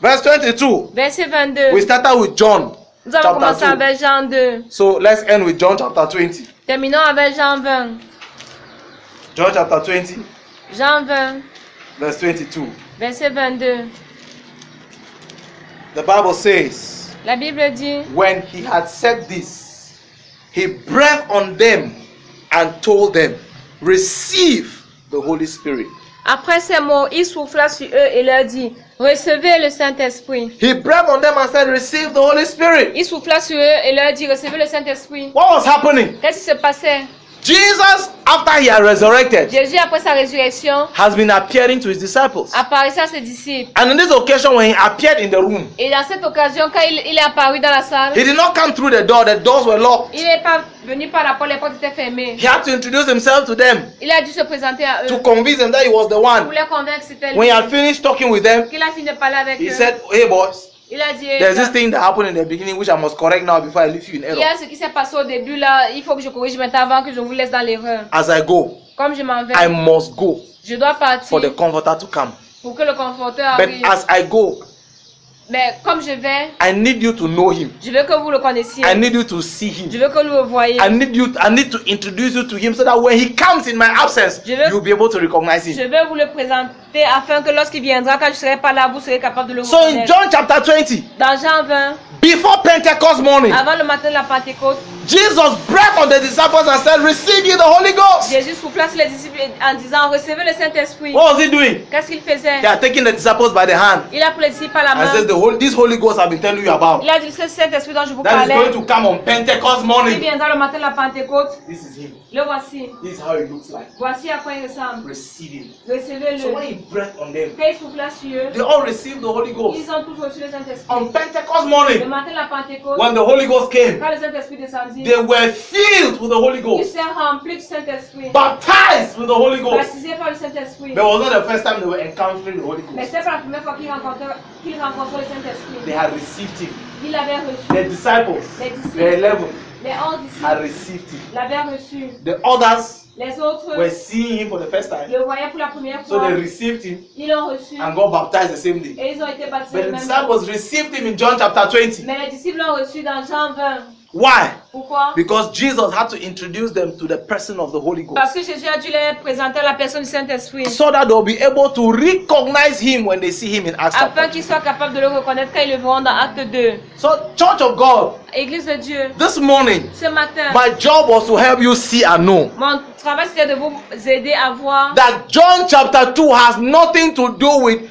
Speaker 1: verse 22.
Speaker 2: verset
Speaker 1: We
Speaker 2: 22.
Speaker 1: started with John
Speaker 2: Nous allons commencer
Speaker 1: chapter 2.
Speaker 2: avec Jean 2.
Speaker 1: So let's end with John chapter 20.
Speaker 2: Terminons avec Jean 20.
Speaker 1: John chapter 20,
Speaker 2: Jean 20,
Speaker 1: verse 22.
Speaker 2: verset 22.
Speaker 1: The Bible says,
Speaker 2: La Bible dit,
Speaker 1: When he had said this, he breathed on them and told them, Receive the Holy Spirit.
Speaker 2: après ces mots, il souffla sur eux et leur dit, recevez le Saint-Esprit.
Speaker 1: He breathed on them and said, Receive the Holy Spirit.
Speaker 2: Il souffla sur eux et leur dit, recevez le Saint-Esprit.
Speaker 1: What was happening?
Speaker 2: Qu'est-ce qui se passait?
Speaker 1: Jesus, after he had resurrected,
Speaker 2: Jésus, après sa résurrection,
Speaker 1: has been appearing to his disciples.
Speaker 2: apparaissait à ses disciples.
Speaker 1: And on this occasion, when he appeared in the room,
Speaker 2: Et dans cette occasion, quand il, il est apparu dans la
Speaker 1: he
Speaker 2: salle,
Speaker 1: did not come through the door, the doors were locked.
Speaker 2: il n'est pas venu par la porte, les portes étaient fermées.
Speaker 1: He had to introduce himself to them
Speaker 2: Il a dû se présenter à
Speaker 1: to
Speaker 2: eux
Speaker 1: convince them that he was the
Speaker 2: pour
Speaker 1: one.
Speaker 2: les convaincre que c'était
Speaker 1: When
Speaker 2: lui.
Speaker 1: he had finished talking with them,
Speaker 2: Qu'il a fini de parler avec
Speaker 1: he
Speaker 2: eux.
Speaker 1: said, Hey, boys,
Speaker 2: Il a dit,
Speaker 1: there's this
Speaker 2: il
Speaker 1: thing that happened in the beginning which I must correct now before I leave you in
Speaker 2: y
Speaker 1: error.
Speaker 2: a ce qui s'est passé au début là, il faut que je corrige maintenant avant que je vous laisse dans l'erreur.
Speaker 1: As I go,
Speaker 2: Comme je m'en vais,
Speaker 1: I must go
Speaker 2: je dois partir
Speaker 1: for the comforter to come.
Speaker 2: pour pour que le conforteur
Speaker 1: But
Speaker 2: arrive.
Speaker 1: as I go,
Speaker 2: Mais comme je vais,
Speaker 1: I need you to know him.
Speaker 2: je veux que vous le connaissiez.
Speaker 1: I need you to see
Speaker 2: Je
Speaker 1: him.
Speaker 2: veux que vous le voyez.
Speaker 1: I need you. I need to introduce you to him so that when he comes in my absence,
Speaker 2: Je veux-
Speaker 1: you'll be able to recognize
Speaker 2: Je
Speaker 1: him.
Speaker 2: vais vous le présenter afin que lorsqu'il viendra, quand je serai pas là, vous serez capable de le
Speaker 1: So in
Speaker 2: reconnaître.
Speaker 1: John chapter 20,
Speaker 2: Dans Jean 20,
Speaker 1: before Pentecost morning,
Speaker 2: avant le matin de la Pentecôte,
Speaker 1: Jesus breathed on the disciples and said, "Receive ye the Holy Ghost."
Speaker 2: Jésus souffla sur les disciples en disant Recevez le Saint-Esprit.
Speaker 1: What was he doing?
Speaker 2: Qu'est-ce qu'il faisait
Speaker 1: They are taking the disciples by the hand
Speaker 2: Il a pris les disciples par la
Speaker 1: and
Speaker 2: main.
Speaker 1: says, "The whole this Holy Ghost I've been telling you about
Speaker 2: Il a dit C'est le Saint-Esprit dont je vous
Speaker 1: that is
Speaker 2: parlais.
Speaker 1: going to come on Pentecost
Speaker 2: Il
Speaker 1: morning."
Speaker 2: viendra le matin de la Pentecôte.
Speaker 1: This is him.
Speaker 2: Le voici.
Speaker 1: This is how it looks like.
Speaker 2: Voici à quoi il ressemble.
Speaker 1: Receive him. So
Speaker 2: Recevez-le.
Speaker 1: when he breathed on them,
Speaker 2: Quand il souffla sur eux,
Speaker 1: they all received the Holy Ghost
Speaker 2: ils ont tous reçu le Saint-Esprit.
Speaker 1: on Pentecost
Speaker 2: Le
Speaker 1: morning.
Speaker 2: matin de la Pentecôte,
Speaker 1: When the Holy Ghost came,
Speaker 2: quand le Saint-Esprit descendit,
Speaker 1: they were filled with the Holy
Speaker 2: il
Speaker 1: Ghost,
Speaker 2: s'est rempli du Saint-Esprit.
Speaker 1: baptized with the Holy Ghost.
Speaker 2: Baptisé par le Saint-Esprit.
Speaker 1: That was not the first time they were encountering the Holy
Speaker 2: Mais
Speaker 1: Ghost.
Speaker 2: c'est pas la première fois qu'il rencontre, qu'il rencontre le
Speaker 1: They
Speaker 2: Saint-Esprit.
Speaker 1: had received him.
Speaker 2: Il l'avait reçu.
Speaker 1: The disciples,
Speaker 2: Les disciples,
Speaker 1: the eleven,
Speaker 2: les onze
Speaker 1: had
Speaker 2: disciples
Speaker 1: received him.
Speaker 2: l'avaient reçu.
Speaker 1: The others
Speaker 2: Les autres
Speaker 1: were seeing him for the first time,
Speaker 2: le voyaient pour la première
Speaker 1: so
Speaker 2: fois.
Speaker 1: they received him
Speaker 2: Ils l'ont reçu
Speaker 1: and got baptized the same day.
Speaker 2: et ils ont été baptisés
Speaker 1: But
Speaker 2: le
Speaker 1: the
Speaker 2: même jour.
Speaker 1: disciples received him in John chapter 20.
Speaker 2: Mais les disciples l'ont reçu dans Jean 20.
Speaker 1: Why?
Speaker 2: Pourquoi
Speaker 1: Because Jesus had to introduce them to the person of the Holy Ghost
Speaker 2: Parce que Jésus a dû les présenter à la personne du Saint-Esprit
Speaker 1: so that they'll be able to recognize him when they see him in Acts
Speaker 2: afin
Speaker 1: chapter.
Speaker 2: qu'ils soient capables de le reconnaître quand ils le verront dans Acte 2.
Speaker 1: So, Church of God,
Speaker 2: Église de Dieu,
Speaker 1: this morning,
Speaker 2: ce matin,
Speaker 1: my job was to help you see and know
Speaker 2: mon travail c'était de vous aider à voir
Speaker 1: that John chapter 2 has nothing to do with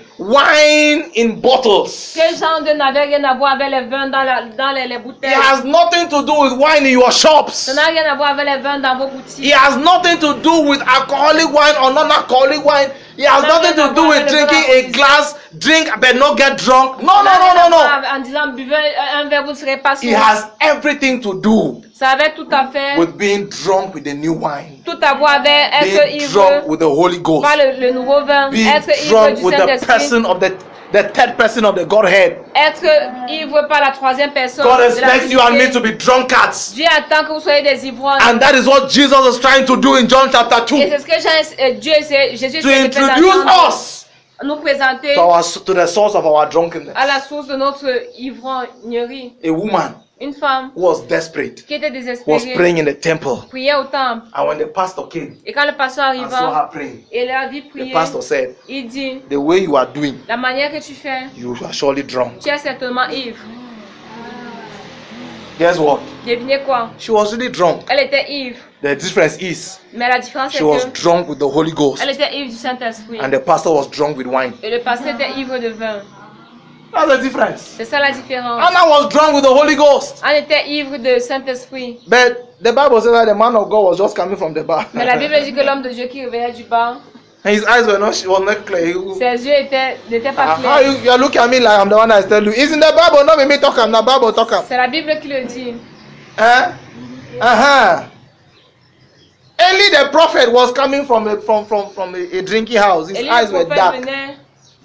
Speaker 1: wine in bottles.
Speaker 2: que Jean 2 n'avait rien à voir avec les vins dans, la- dans les, les bouteilles.
Speaker 1: It has nothing to do with wine in your shops.
Speaker 2: Ça n'a rien à voir avec les vins dans vos boutiques.
Speaker 1: It has nothing to do with alcoholic wine or non-alcoholic wine. It has nothing to do with drinking a glass, drink but not get drunk. No, no,
Speaker 2: Ça n'a
Speaker 1: no,
Speaker 2: rien
Speaker 1: no,
Speaker 2: à
Speaker 1: no.
Speaker 2: voir En disant buvez un un verre, vous ne serez pas
Speaker 1: It
Speaker 2: sourd.
Speaker 1: has everything to do
Speaker 2: Ça avait tout à fait,
Speaker 1: with being drunk with the new wine,
Speaker 2: tout à voir avec être
Speaker 1: being
Speaker 2: ivre
Speaker 1: drunk with the Holy Ghost,
Speaker 2: par le, le nouveau vin,
Speaker 1: being
Speaker 2: être ivre
Speaker 1: drunk
Speaker 2: du
Speaker 1: with the
Speaker 2: Saint-Esprit,
Speaker 1: person of the the third person of the Godhead.
Speaker 2: être ivre par la troisième personne.
Speaker 1: God
Speaker 2: de la
Speaker 1: expects you and me
Speaker 2: Trinité.
Speaker 1: to be drunkards,
Speaker 2: Dieu attend que vous soyez des ivrognes.
Speaker 1: and that is what Jesus is trying to do in John chapter
Speaker 2: Et
Speaker 1: two
Speaker 2: c'est ce que Jean- euh, Dieu, essaie- Jésus
Speaker 1: to
Speaker 2: essaie de faire
Speaker 1: introduce
Speaker 2: entendre,
Speaker 1: us
Speaker 2: nous présenter
Speaker 1: to our to the source of our drunkenness.
Speaker 2: à la source de notre ivrognerie.
Speaker 1: A woman
Speaker 2: Une femme
Speaker 1: who was desperate.
Speaker 2: qui était
Speaker 1: was
Speaker 2: désespérée
Speaker 1: praying in the temple.
Speaker 2: priait au temple.
Speaker 1: And when the pastor came
Speaker 2: Et quand le pasteur
Speaker 1: and saw
Speaker 2: arriva
Speaker 1: her praying,
Speaker 2: et la vit
Speaker 1: the
Speaker 2: prier,
Speaker 1: pastor said,
Speaker 2: il dit
Speaker 1: The way you are doing,
Speaker 2: La manière que tu fais,
Speaker 1: you are surely drunk.
Speaker 2: tu es certainement ivre.
Speaker 1: Guess what?
Speaker 2: Devinez quoi
Speaker 1: She was really drunk.
Speaker 2: Elle était ivre.
Speaker 1: The difference is
Speaker 2: Mais la différence
Speaker 1: she
Speaker 2: c'est
Speaker 1: was
Speaker 2: que
Speaker 1: drunk with the Holy Ghost
Speaker 2: elle était ivre du Saint-Esprit.
Speaker 1: and the pastor was drunk with wine.
Speaker 2: Et le pasteur était ivre de vin.
Speaker 1: That's the difference.
Speaker 2: C'est ça la différence.
Speaker 1: Anna was drunk with the Holy Ghost.
Speaker 2: Elle était ivre de Saint-Esprit.
Speaker 1: But the Bible says that the man of God was just coming from the bar.
Speaker 2: Mais la Bible dit que l'homme de Dieu qui revenait du bar,
Speaker 1: And *laughs* His eyes were not, she was not clear. He-
Speaker 2: ses yeux étaient- n'étaient pas
Speaker 1: Ah, ah,
Speaker 2: clairs.
Speaker 1: you, you are looking at me like I'm the one that's telling you. It's in the Bible, not me me talk am, na Bible talk am.
Speaker 2: C'est la Bible qui le dit.
Speaker 1: Huh? Uh-huh. Eli the prophet was coming from a, from from from a, a drinking house. His
Speaker 2: Élie
Speaker 1: eyes
Speaker 2: le
Speaker 1: were
Speaker 2: prophète
Speaker 1: dark.
Speaker 2: venait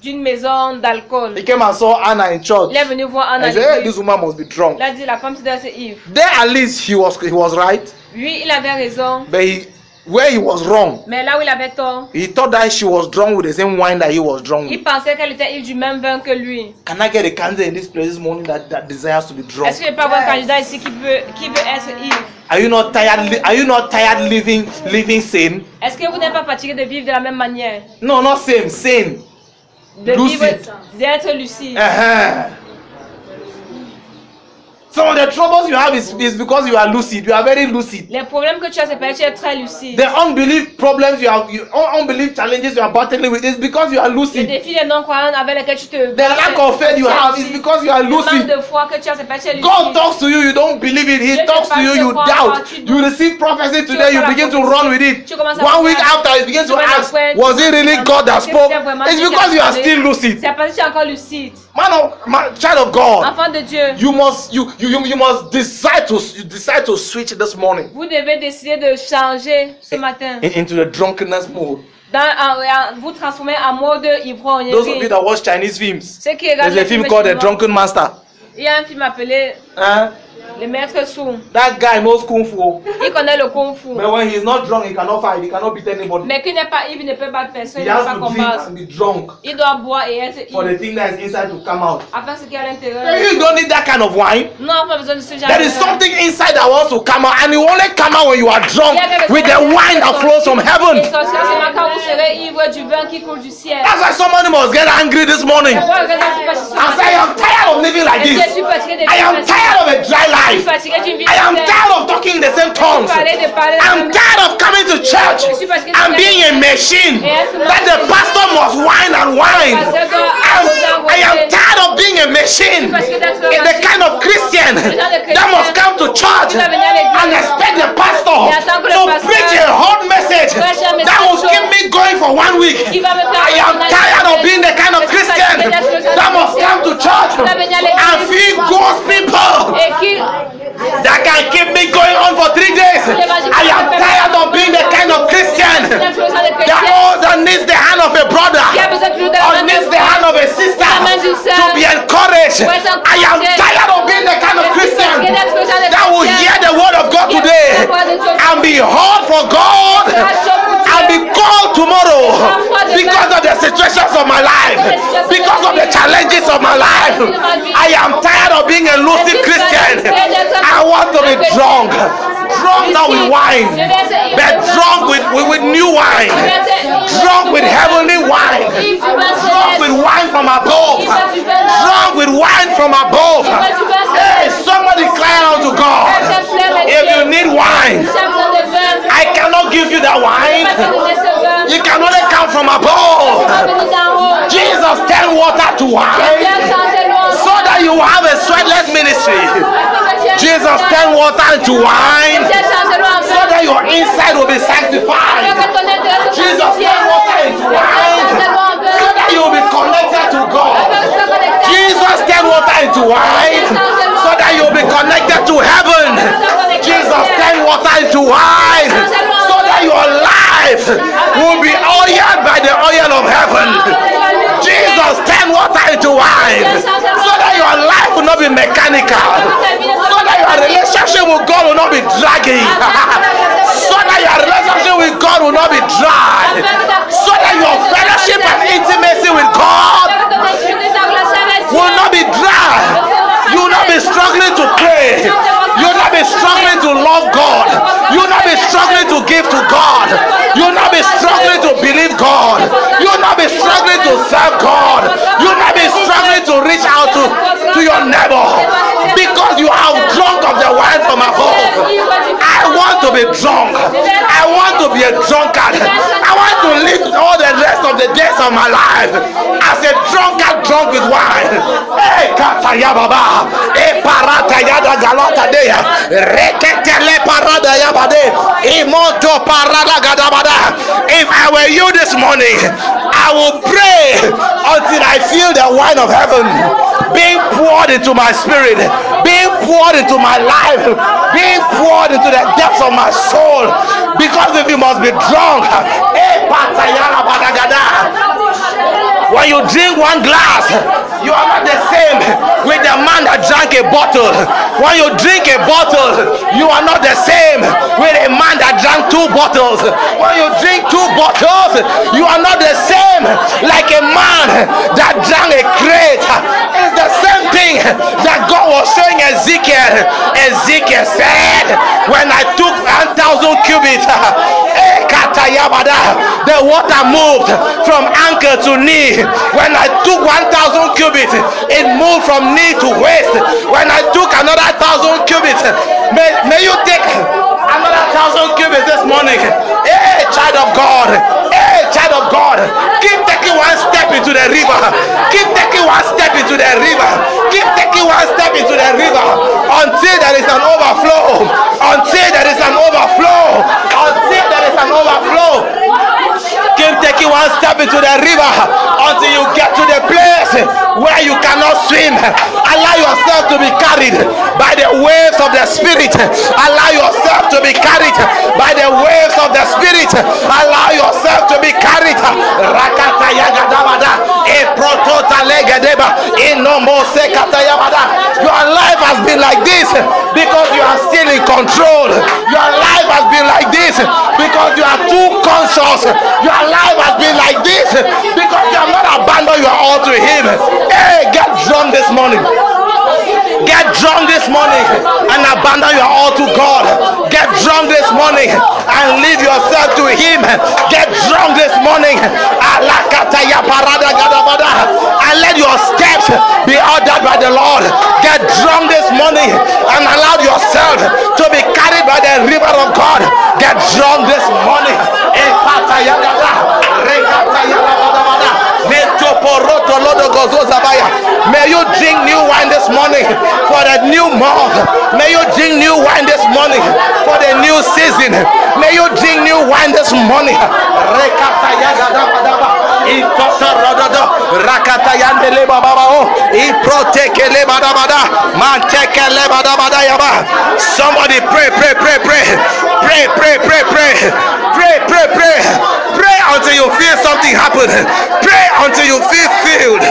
Speaker 2: d'une maison d'alcool.
Speaker 1: He came and saw Anna in church.
Speaker 2: Il est venu voir
Speaker 1: And
Speaker 2: Anna.
Speaker 1: he said, hey,
Speaker 2: l'église.
Speaker 1: this woman must be drunk.
Speaker 2: Il a dit la femme c'est assez ivre.
Speaker 1: There at least he was he was right,
Speaker 2: Lui, il avait raison.
Speaker 1: but he, where he was wrong,
Speaker 2: Mais là où il avait tort,
Speaker 1: he thought that she was drunk with the same wine that he was drunk
Speaker 2: il
Speaker 1: with.
Speaker 2: pensait qu'elle était ivre du même vin que lui.
Speaker 1: Can I get a candidate in this place this morning that, that desires to be drunk?
Speaker 2: Est-ce que je peux avoir un candidat ici qui veut, qui veut être ivre
Speaker 1: Are you not tired? Li- are you not tired living living sin?
Speaker 2: Est-ce que vous n'êtes pas fatigué de vivre de la même manière
Speaker 1: No, not sin, sin.
Speaker 2: De
Speaker 1: Lucide.
Speaker 2: vivre, d'être lucide.
Speaker 1: Uh-huh. Some of the troubles you have is, is because you are lucid. You are very lucid.
Speaker 2: Les problèmes que tu as, c'est parce que tu es très lucide.
Speaker 1: The unbelief problems you have, you, un- unbelief challenges you are battling with is because you are
Speaker 2: Le
Speaker 1: lucid.
Speaker 2: défi des non-croyants avec lesquels tu te
Speaker 1: The lack of faith you have is because you are
Speaker 2: Le manque
Speaker 1: lucid.
Speaker 2: de foi que tu as, c'est parce que tu es
Speaker 1: God
Speaker 2: lucide.
Speaker 1: talks to you, you don't believe it. He
Speaker 2: Dieu te
Speaker 1: talks to you,
Speaker 2: parle,
Speaker 1: you
Speaker 2: tu crois
Speaker 1: doubt.
Speaker 2: pas, tu
Speaker 1: You receive prophecy today, you
Speaker 2: la
Speaker 1: begin to
Speaker 2: prophétie.
Speaker 1: run with it.
Speaker 2: Tu commences à
Speaker 1: One week
Speaker 2: faire-
Speaker 1: after, you begin to
Speaker 2: semaine
Speaker 1: ask,
Speaker 2: après, tu
Speaker 1: was it really
Speaker 2: commences à
Speaker 1: God that
Speaker 2: penser que
Speaker 1: spoke?
Speaker 2: c'était vraiment
Speaker 1: It's
Speaker 2: Dieu qui a
Speaker 1: because you are
Speaker 2: parlé.
Speaker 1: still lucid.
Speaker 2: C'est parce que tu es encore lucide.
Speaker 1: Man of, man, child of God.
Speaker 2: Enfant de Dieu,
Speaker 1: You must you you you, you must decide to you decide to switch this morning
Speaker 2: vous devez décider de changer
Speaker 1: Eh.
Speaker 2: ce matin.
Speaker 1: in- into the drunkenness mode.
Speaker 2: Dans, en- en- vous transformer en mode
Speaker 1: Those of you
Speaker 2: ivrognerie.
Speaker 1: that watch Chinese films,
Speaker 2: Ceux qui
Speaker 1: there's
Speaker 2: regardent
Speaker 1: a
Speaker 2: les
Speaker 1: film
Speaker 2: films
Speaker 1: called The
Speaker 2: chinois,
Speaker 1: Drunken Master.
Speaker 2: Il y a un film appelé
Speaker 1: Huh?
Speaker 2: Le maître sourd,
Speaker 1: Eh? That guy knows kung fu.
Speaker 2: il connaît le kung fu.
Speaker 1: But when he's not drunk, he cannot fight. He cannot beat anybody.
Speaker 2: Mais qui n'est pas ivre ne peut battre personne,
Speaker 1: He
Speaker 2: il ne peut pas
Speaker 1: has to drink
Speaker 2: combattre.
Speaker 1: and be drunk
Speaker 2: Il doit boire et être
Speaker 1: for
Speaker 2: ivre
Speaker 1: the thing that is inside to come out.
Speaker 2: afin ce qu'il y a à l'intérieur.
Speaker 1: You don't need that kind of wine.
Speaker 2: Non, on n'a pas besoin de ce genre
Speaker 1: There is
Speaker 2: de
Speaker 1: something inside that wants to come out, and it will only come out when you are drunk with the wine that flows from
Speaker 2: Et
Speaker 1: heaven. Ah!
Speaker 2: sorcière, seulement quand vous serez ivre du vin qui coule du ciel.
Speaker 1: That's why somebody must get angry this morning
Speaker 2: Pourquoi le raison c'est pas juste
Speaker 1: and say, I'm tired of living like
Speaker 2: Est-ce que je suis
Speaker 1: this.
Speaker 2: fatigué de
Speaker 1: I am tired of a dry
Speaker 2: Je suis
Speaker 1: life.
Speaker 2: fatigué d'une vie
Speaker 1: I am
Speaker 2: saine.
Speaker 1: tired of talking in the same tongues.
Speaker 2: Parler de parler de
Speaker 1: I'm tired of coming to church and being a machine that the pastor must whine and whine. I'm, I am tired of being a machine. It's the kind of Christian that must come to church and expect the pastor to preach a hot message that will keep me going for one week. I am tired of being the kind of Christian that must come to church and feed ghost people
Speaker 2: et qui
Speaker 1: that can keep me going on for three days. I am tired of being the kind of Christian that owns and needs the hand of a brother
Speaker 2: qui a besoin toujours de
Speaker 1: or needs the hand of a sister to be encouraged. I am tired of being the kind of Christian that will hear the word of God today and be hard for God and be called tomorrow because of the situations of my life, because of the challenges of my life. I am tired of being a lucid Christian. I want to be drunk. Drunk not with wine, but drunk with, with, with new wine. Drunk with heavenly wine. Drunk with wine from above. Drunk with wine from above. Hey, somebody cry out to God. If you need wine, I cannot give you that wine. It can only come from above. Jesus turned water to wine so that you will have a sweatless ministry. Jesus turned water into wine so that your inside will be sanctified. Jesus turned water into wine so that you will be connected to God. Jesus turned water into wine so that you will be connected to heaven. Jesus turned water into wine so that your life will be oiled by the oil of heaven. Jesus turn water into wine so that your life will not be mechanical, so that your relationship with God will not be dragging, so that your relationship with God will not be dry, so that your fellowship and intimacy with God will not be dry. You will not be struggling to pray. You will not be struggling to love God. You will not be struggling to give to God. You will not be struggling to believe God. You will not be struggling to serve God. You will not be struggling to reach out to, to your neighbor because you are drunk of the wine from above. I want to be drunk. I want to be a drunkard. I want to live all the rest of the days of my life as a drunkard drunk with wine. Hey, kataya baba. E parata yada galata deya. Reketele parada yabade. Imoto parada gadabada. If I were you this morning, I will pray until I feel the wine of heaven being poured into my spirit, being poured into my life, being poured into the depths of my soul. Because if you must be drunk, eh, patayala badagada. When you drink one glass, you are not the same with the man that drank a bottle. When you drink a bottle, you are not the same with a man that drank two bottles. When you drink two bottles, you are not the same like a man that drank a crate. It's the same thing that God was showing Ezekiel. Ezekiel said, When I took 1,000 cubits, eh, katayabada, the water moved from ankle to knee. When I took 1,000 cubits, it moved from knee to waist. When I took another 1,000 cubits, may, may you take another 1,000 cubits this morning. Hey, child of God. Hey, child of God. Keep taking one step into the river. Keep taking one step into the river. Keep taking one step into the river until there is an overflow. Until there is an overflow. Until there is an overflow. Keep taking one step into the river until you get to the place where you cannot swim. Allow yourself to be carried by the waves of the Spirit. Allow yourself to be carried by the waves of the Spirit. Allow yourself to be carried. Rakata yagadabada, eprotota legedeba, inomose katayabada. Your life has been like this because you are still in control. Your life has been like this because you are too conscious. Your life has been like this because you have not abandoned your all to Him. Hey, get drunk this morning. Get drunk this morning and abandon your all to God. Get drunk this morning and leave yourself to Him. Get drunk this morning. Alakataya parada gadabada. And let your steps be ordered by the Lord. Get drunk this morning and allow yourself to be carried by the river of God. Get drunk this morning. Epataya gada. Rekataya gadabada. Netoporoto lodo gozo zabaya. May you drink new wine this morning for a new month. May you drink new wine this morning for the new season. May you drink new wine this morning. Rekatayagadabadaba. Itotorododo. Rakatayandelebababao. Iprotekelebadabada. Mantekelebadabadayaba. Somebody pray, pray, pray, pray, pray, pray, pray, pray, pray, pray, pray, pray until you feel something happen. Pray until you feel filled.